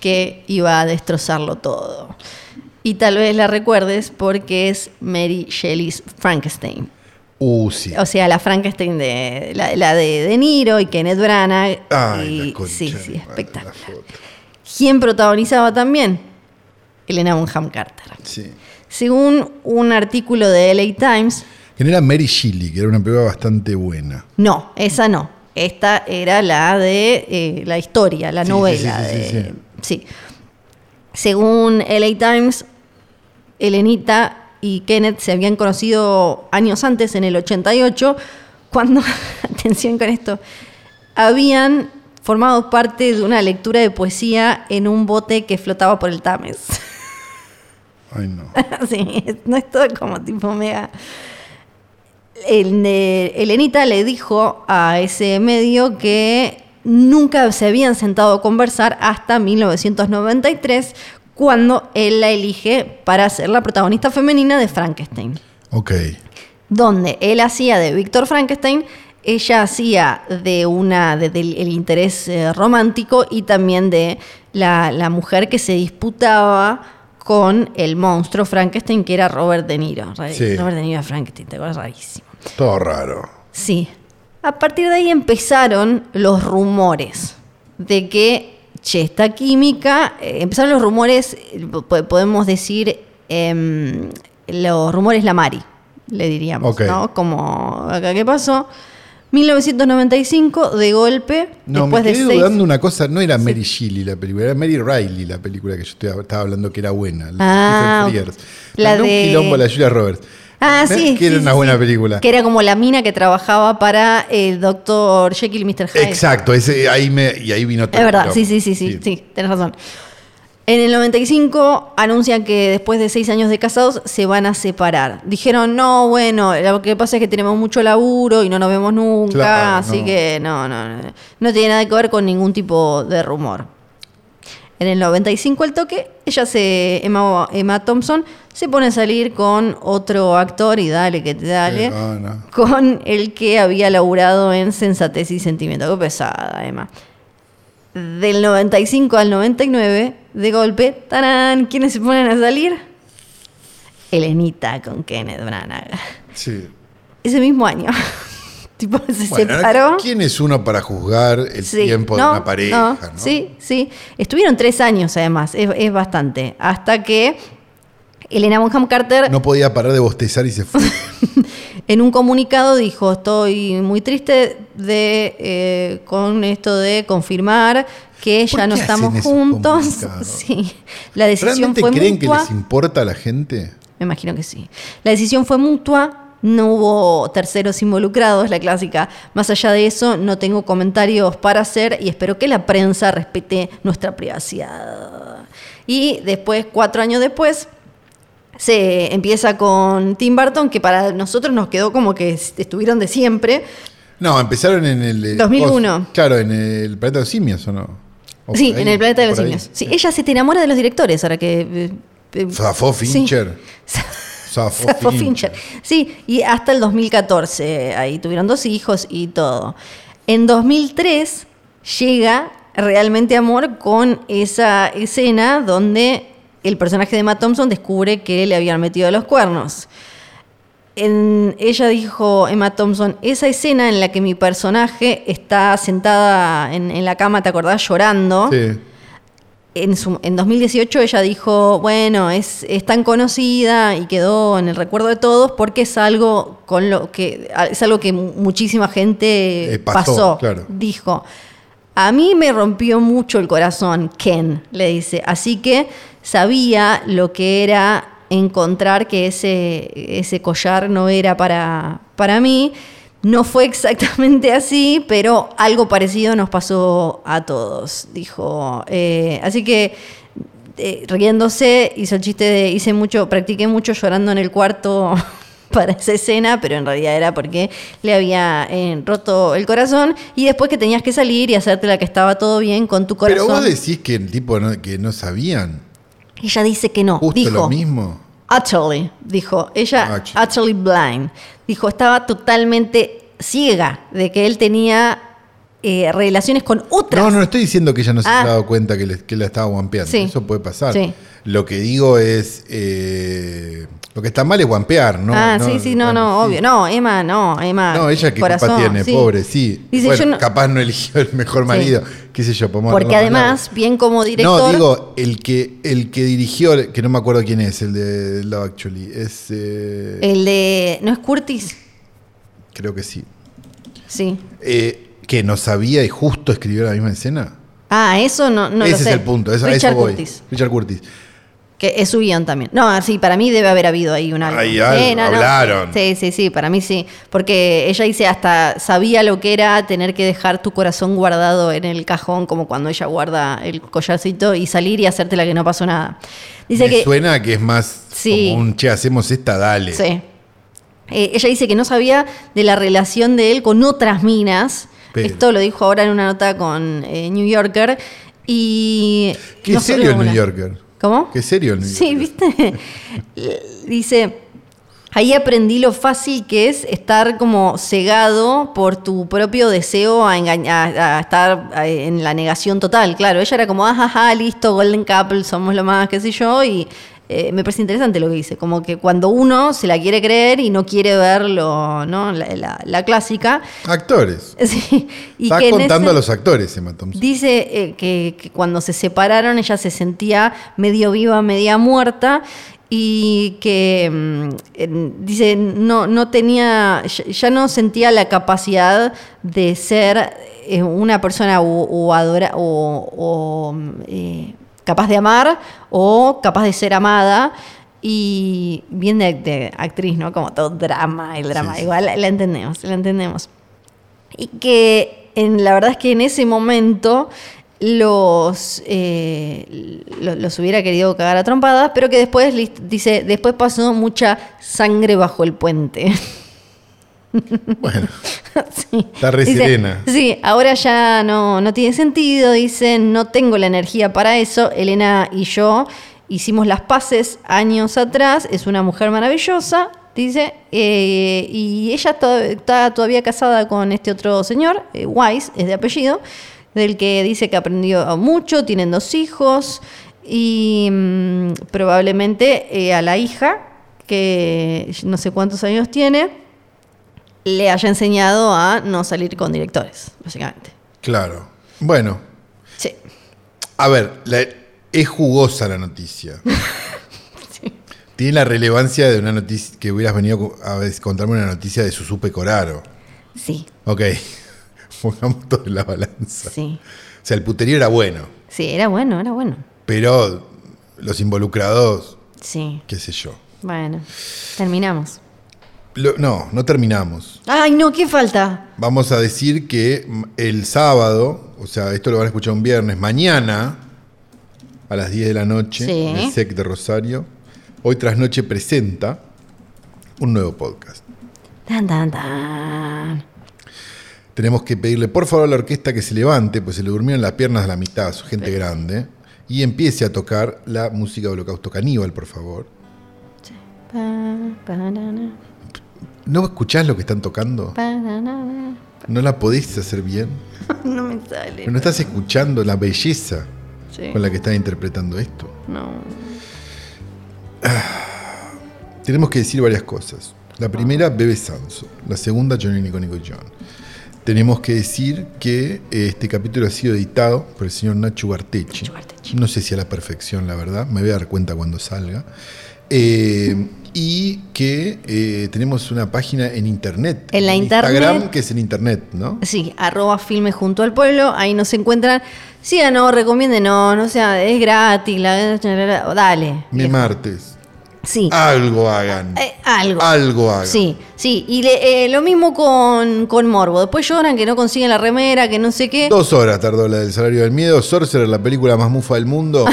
Speaker 2: que iba a destrozarlo todo. Y tal vez la recuerdes porque es Mary Shelley's Frankenstein.
Speaker 3: Uh, sí.
Speaker 2: O sea, la Frankenstein de la, la de De Niro y Kenneth Branagh.
Speaker 3: Ay,
Speaker 2: y-
Speaker 3: la concha
Speaker 2: sí,
Speaker 3: de
Speaker 2: sí,
Speaker 3: mi madre,
Speaker 2: espectacular.
Speaker 3: la foto.
Speaker 2: ¿Quién protagonizaba también? Elena Bonham Carter.
Speaker 3: Sí.
Speaker 2: Según un artículo de LA Times,
Speaker 3: ¿Quién era Mary Shelley? Que era una prueba bastante buena.
Speaker 2: no, esa no. Esta era la de eh, la historia, la
Speaker 3: Sí, sí,
Speaker 2: novela.
Speaker 3: sí, sí,
Speaker 2: de-
Speaker 3: sí,
Speaker 2: sí. Según LA Times, Elenita y Kenneth se habían conocido años antes, en el 88, cuando, [laughs] atención con esto, habían formado parte de una lectura de poesía en un bote que flotaba por el Tames.
Speaker 3: Ay, no.
Speaker 2: [laughs] sí, no es todo como tipo mega. El- eh, Elenita le dijo a ese medio que nunca se habían sentado a conversar hasta 1993, cuando él la elige para ser la protagonista femenina de Frankenstein.
Speaker 3: Ok.
Speaker 2: Donde él hacía de Víctor Frankenstein, ella hacía de una de- del el interés eh, romántico y también de la, la mujer que se disputaba con el monstruo Frankenstein, que era Robert De Niro. Ra-
Speaker 3: Sí.
Speaker 2: Robert De Niro era Frankenstein, te acuerdas rarísimo.
Speaker 3: Todo raro.
Speaker 2: Sí. A partir de ahí empezaron los rumores de que, che, esta química, eh, empezaron los rumores, eh, po- podemos decir, em, los rumores Lamari, le diríamos,
Speaker 3: Ok.
Speaker 2: ¿no? Como, acá, ¿qué pasó? 1995, de golpe,
Speaker 3: No,
Speaker 2: después
Speaker 3: me
Speaker 2: de
Speaker 3: quedé
Speaker 2: seis...
Speaker 3: dudando una cosa. No era Mary Shelley la película, era Mary Riley la película que yo estoy- estaba hablando que era buena.
Speaker 2: Ah,
Speaker 3: Stephen Frears.
Speaker 2: la
Speaker 3: Mandó
Speaker 2: de-
Speaker 3: un quilombo a la Julia Roberts.
Speaker 2: Ah,
Speaker 3: ¿Ves?
Speaker 2: sí,
Speaker 3: Que era
Speaker 2: sí,
Speaker 3: una
Speaker 2: sí,
Speaker 3: buena
Speaker 2: sí.
Speaker 3: película.
Speaker 2: Que era como la mina que trabajaba para el doctor Jekyll y Mr. Hyde.
Speaker 3: Exacto, ese, ahí me, y ahí vino todo.
Speaker 2: Es
Speaker 3: el
Speaker 2: verdad,
Speaker 3: quilombo.
Speaker 2: sí, sí, sí, sí, sí, tenés razón. En el 95 anuncian que después de seis años de casados se van a separar. Dijeron, no, bueno, lo que pasa es que tenemos mucho laburo y no nos vemos nunca,
Speaker 3: Claro,
Speaker 2: así
Speaker 3: no.
Speaker 2: que no, no, no, no tiene nada que ver con ningún tipo de rumor. En el 95 al toque, ella se, Emma, Emma Thompson, se pone a salir con otro actor y dale, que te dale
Speaker 3: Eh, no, no.
Speaker 2: con el que había laburado en Sensatez y Sentimiento. Qué pesada, Emma. Del 95 al 99, de golpe, ¡tarán! ¿Quiénes se ponen a salir? Elenita con Kenneth Branagh.
Speaker 3: Sí.
Speaker 2: Ese mismo año. [laughs] tipo, se
Speaker 3: Bueno,
Speaker 2: separó.
Speaker 3: ¿Quién es uno para juzgar el
Speaker 2: Sí,
Speaker 3: tiempo
Speaker 2: no,
Speaker 3: de una pareja?
Speaker 2: no, Sí, sí. Estuvieron tres años, además. Es, es bastante. Hasta que Elena Bonham Carter
Speaker 3: No podía parar de bostezar y
Speaker 2: [laughs]
Speaker 3: se fue.
Speaker 2: En un comunicado dijo, estoy muy triste de, eh, con esto de confirmar que
Speaker 3: ¿Por
Speaker 2: ya no
Speaker 3: qué hacen
Speaker 2: estamos
Speaker 3: esos
Speaker 2: juntos. [laughs]
Speaker 3: comunicados?
Speaker 2: Sí. La decisión
Speaker 3: ¿Realmente
Speaker 2: fue
Speaker 3: creen
Speaker 2: mutua.
Speaker 3: que les importa a la gente?
Speaker 2: Me imagino que sí. La decisión fue mutua. No hubo terceros involucrados, la clásica. Más allá de eso, no tengo comentarios para hacer y espero que la prensa respete nuestra privacidad. Y después, cuatro años después, se empieza con Tim Burton, que para nosotros nos quedó como que estuvieron de siempre.
Speaker 3: No, empezaron en el. eh,
Speaker 2: 2001.
Speaker 3: vos- claro, en el planeta de los simios, ¿o no? ¿O
Speaker 2: Sí,
Speaker 3: por ahí?
Speaker 2: en el planeta de
Speaker 3: ¿O
Speaker 2: los
Speaker 3: por ahí?
Speaker 2: simios. Sí, ella se te enamora de los directores, ahora que... eh, eh,
Speaker 3: Zafó
Speaker 2: sí.
Speaker 3: Fincher.
Speaker 2: [laughs]
Speaker 3: Zafó
Speaker 2: Zafo Fincher.
Speaker 3: Fincher.
Speaker 2: Sí, y hasta el 2014 eh, ahí tuvieron dos hijos y todo. En 2003 llega realmente amor con esa escena donde el personaje de Matt Thompson descubre que le habían metido los cuernos. En- ella dijo, Emma Thompson, esa escena en la que mi personaje está sentada en, en la cama, ¿te acordás? Llorando.
Speaker 3: Sí.
Speaker 2: En, su- en 2018 ella dijo, bueno, es, es tan conocida y quedó en el recuerdo de todos porque es algo con lo que es algo que mu- muchísima gente
Speaker 3: Eh,
Speaker 2: pasó.
Speaker 3: pasó, claro.
Speaker 2: Dijo, a mí me rompió mucho el corazón Ken, le dice, así que sabía lo que era encontrar que ese, ese collar no era para, para mí. No fue exactamente así, pero algo parecido nos pasó a todos, dijo. Eh, así que eh, riéndose, hizo el chiste de hice mucho, practiqué mucho llorando en el cuarto [laughs] para esa escena, pero en realidad era porque le había eh, roto el corazón y después que tenías que salir y hacerte la que estaba todo bien con tu corazón.
Speaker 3: Pero vos decís que el tipo no, que no sabían.
Speaker 2: Ella dice que no,
Speaker 3: Justo
Speaker 2: dijo.
Speaker 3: lo mismo. Ah,
Speaker 2: Utterly, dijo. Ella,
Speaker 3: Utterly.
Speaker 2: utterly blind. Dijo, estaba totalmente ciega de que él tenía eh, relaciones con otras.
Speaker 3: No, no estoy diciendo que ella no se
Speaker 2: Ah.
Speaker 3: ha dado cuenta que, le- que la estaba guampeando.
Speaker 2: Sí.
Speaker 3: Eso puede pasar.
Speaker 2: Sí.
Speaker 3: Lo que digo es. eh, lo que está mal es guampear, ¿no?
Speaker 2: ah, sí, sí, no, no,
Speaker 3: sí.
Speaker 2: obvio. No, Emma, no, Emma.
Speaker 3: No, ella que
Speaker 2: corazón,
Speaker 3: culpa tiene,
Speaker 2: sí.
Speaker 3: pobre, sí.
Speaker 2: Dice,
Speaker 3: Bueno,
Speaker 2: yo no-
Speaker 3: capaz no eligió el mejor marido, qué sé yo, podemos
Speaker 2: porque
Speaker 3: hablar más largo.
Speaker 2: además, bien como director.
Speaker 3: No, digo, el que, el que dirigió, que no me acuerdo quién es, el de Love Actually, es. eh,
Speaker 2: El de. ¿No es Curtis?
Speaker 3: Creo que sí.
Speaker 2: Sí.
Speaker 3: Eh, que no sabía y justo escribió la misma escena.
Speaker 2: Ah, eso no, no lo
Speaker 3: Ese
Speaker 2: sé.
Speaker 3: es el punto, eso, a
Speaker 2: Richard
Speaker 3: eso voy.
Speaker 2: Curtis.
Speaker 3: Richard Curtis.
Speaker 2: Que es su guión también. No, ah, sí, para mí debe haber habido ahí un algo.
Speaker 3: Hay algo,
Speaker 2: Sí, no, no.
Speaker 3: hablaron.
Speaker 2: Sí, sí, sí, para mí sí. Porque ella dice hasta sabía lo que era tener que dejar tu corazón guardado en el cajón, como cuando ella guarda el collarcito, y salir y hacerte la que no pasó nada. Dice
Speaker 3: Me
Speaker 2: que.
Speaker 3: suena que es más
Speaker 2: Sí.
Speaker 3: como un che, hacemos esta, dale.
Speaker 2: Sí. Eh, ella dice que no sabía de la relación de él con otras minas.
Speaker 3: Pero-
Speaker 2: Esto lo dijo ahora en una nota con eh, New Yorker. Y.
Speaker 3: Qué
Speaker 2: no solo
Speaker 3: serio el
Speaker 2: una.
Speaker 3: New Yorker.
Speaker 2: ¿Cómo?
Speaker 3: Qué serio el New
Speaker 2: Sí,
Speaker 3: Yorker.
Speaker 2: ¿viste? [laughs] Dice, ahí aprendí lo fácil que es estar como cegado por tu propio deseo a, engañ- a- a estar eh, en la negación total. Claro, ella era como, ajá, ajá, listo, Golden Couple, somos lo más, qué sé yo, y eh, me parece interesante lo que dice, como que cuando uno se la quiere creer y no quiere verlo, ¿no? La, la- la clásica. [laughs]
Speaker 3: Actores.
Speaker 2: Sí, y
Speaker 3: Está
Speaker 2: que en
Speaker 3: contando
Speaker 2: ese-
Speaker 3: a los actores, Emma Thompson.
Speaker 2: Dice eh, que, que cuando se separaron ella se sentía medio viva, media muerta y que mm, en- dice no no tenía ya- ya no sentía la capacidad de ser eh, una persona o, o adora o, o, mm, eh, capaz de amar o capaz de ser amada y bien de, de actriz no como todo drama el drama
Speaker 3: Sí, sí.
Speaker 2: igual la- la entendemos la entendemos y que en, la verdad es que en ese momento los, eh, lo- los, hubiera querido cagar a trompadas, pero que después lis- dice, después pasó mucha sangre bajo el puente. [laughs]
Speaker 3: Bueno,
Speaker 2: Sí.
Speaker 3: Está re
Speaker 2: Dice,
Speaker 3: serena.
Speaker 2: Sí, ahora ya no, no tiene sentido, dice, no tengo la energía para eso. Elena y yo hicimos las paces años atrás, es una mujer maravillosa, dice, eh, y ella to- está todavía casada con este otro señor, eh, Wise, es de apellido, del que dice que aprendió mucho, tienen dos hijos, y mm, probablemente eh, a la hija, que no sé cuántos años tiene, le haya enseñado a no salir con directores, básicamente.
Speaker 3: claro. Bueno,
Speaker 2: Sí.
Speaker 3: a ver, la- es jugosa la noticia. Tiene la relevancia de una noticia que hubieras venido a ver- contarme una noticia de Susupe Coraro.
Speaker 2: Sí,
Speaker 3: Ok, [laughs] pongamos todo en la balanza.
Speaker 2: sí.
Speaker 3: O sea, el puterío era bueno,
Speaker 2: Sí, era bueno, era bueno.
Speaker 3: pero los involucrados,
Speaker 2: Sí,
Speaker 3: qué sé yo.
Speaker 2: bueno. Terminamos.
Speaker 3: Lo- no, no terminamos.
Speaker 2: Ay, no, ¿qué falta?
Speaker 3: Vamos a decir que mm, el sábado, o sea, esto lo van a escuchar un viernes, mañana a las 10 de la noche,
Speaker 2: Sí.
Speaker 3: en el SEC de Rosario, hoy tras noche presenta un nuevo podcast.
Speaker 2: Tan, tan, tan.
Speaker 3: Tenemos que pedirle por favor a la orquesta que se levante, pues se le durmieron las piernas a la mitad, su gente grande, y empiece a tocar la música de Holocausto Caníbal, por favor.
Speaker 2: Pa, pa, na, na,
Speaker 3: ¿No escuchás lo que están tocando?
Speaker 2: pa, na, na, na.
Speaker 3: ¿No la podés hacer bien?
Speaker 2: No me sale.
Speaker 3: ¿No estás escuchando la belleza
Speaker 2: Sí.
Speaker 3: con la que están interpretando esto?
Speaker 2: No.
Speaker 3: Tenemos que decir varias cosas. La primera, Bebe Sanso. La segunda, Johnny Nico Nico John. Tenemos que decir que eh, este capítulo ha sido editado por el señor Nacho Gartechi.
Speaker 2: Nacho Gartechi.
Speaker 3: No sé si a la perfección, la verdad. Me voy a dar cuenta cuando salga. Eh, y que eh, tenemos una página en internet.
Speaker 2: En la
Speaker 3: Instagram,
Speaker 2: internet.
Speaker 3: que es en internet, ¿no?
Speaker 2: Sí, arroba filme junto al pueblo, ahí nos encuentran. Síganos, recomiéndenos, no sea, es gratis, la, la- la- la- dale.
Speaker 3: Mi martes.
Speaker 2: Sí.
Speaker 3: Algo hagan.
Speaker 2: Eh, algo.
Speaker 3: Algo hagan.
Speaker 2: Sí, sí. Y le- eh, lo mismo con, con Morbo. Después lloran que no consiguen la remera, que no sé qué.
Speaker 3: Dos horas tardó la del salario del miedo. Sorcerer, la película más mufa
Speaker 2: [laughs]
Speaker 3: del mundo.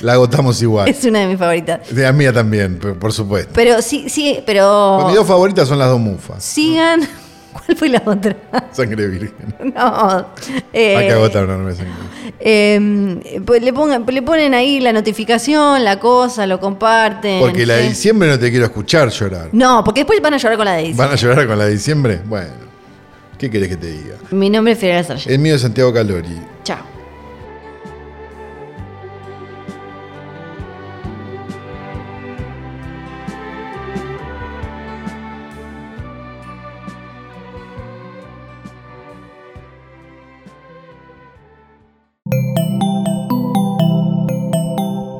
Speaker 3: la agotamos
Speaker 2: [laughs]
Speaker 3: igual.
Speaker 2: Es una de mis favoritas.
Speaker 3: De la mía también, por por supuesto.
Speaker 2: Pero sí, sí,
Speaker 3: Mis
Speaker 2: pero.
Speaker 3: dos favoritas son las dos mufas.
Speaker 2: Sigan. [laughs] ¿Cuál fue la otra? [laughs]
Speaker 3: Sangre virgen.
Speaker 2: no. eh,
Speaker 3: Hay que agotar una nueva sangre virgen.
Speaker 2: eh, pues le, pongan, le ponen ahí la notificación, la cosa, lo comparten.
Speaker 3: Porque la de
Speaker 2: eh, ¿sí?
Speaker 3: diciembre no te quiero escuchar llorar.
Speaker 2: No, porque después van a llorar con la de diciembre.
Speaker 3: ¿Van a llorar con la de diciembre? Bueno, ¿qué querés que te diga?
Speaker 2: Mi nombre es Fidel Sargent.
Speaker 3: El mío es Santiago Calori.
Speaker 2: Chao.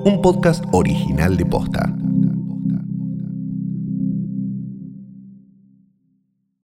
Speaker 1: Un podcast original de Posta.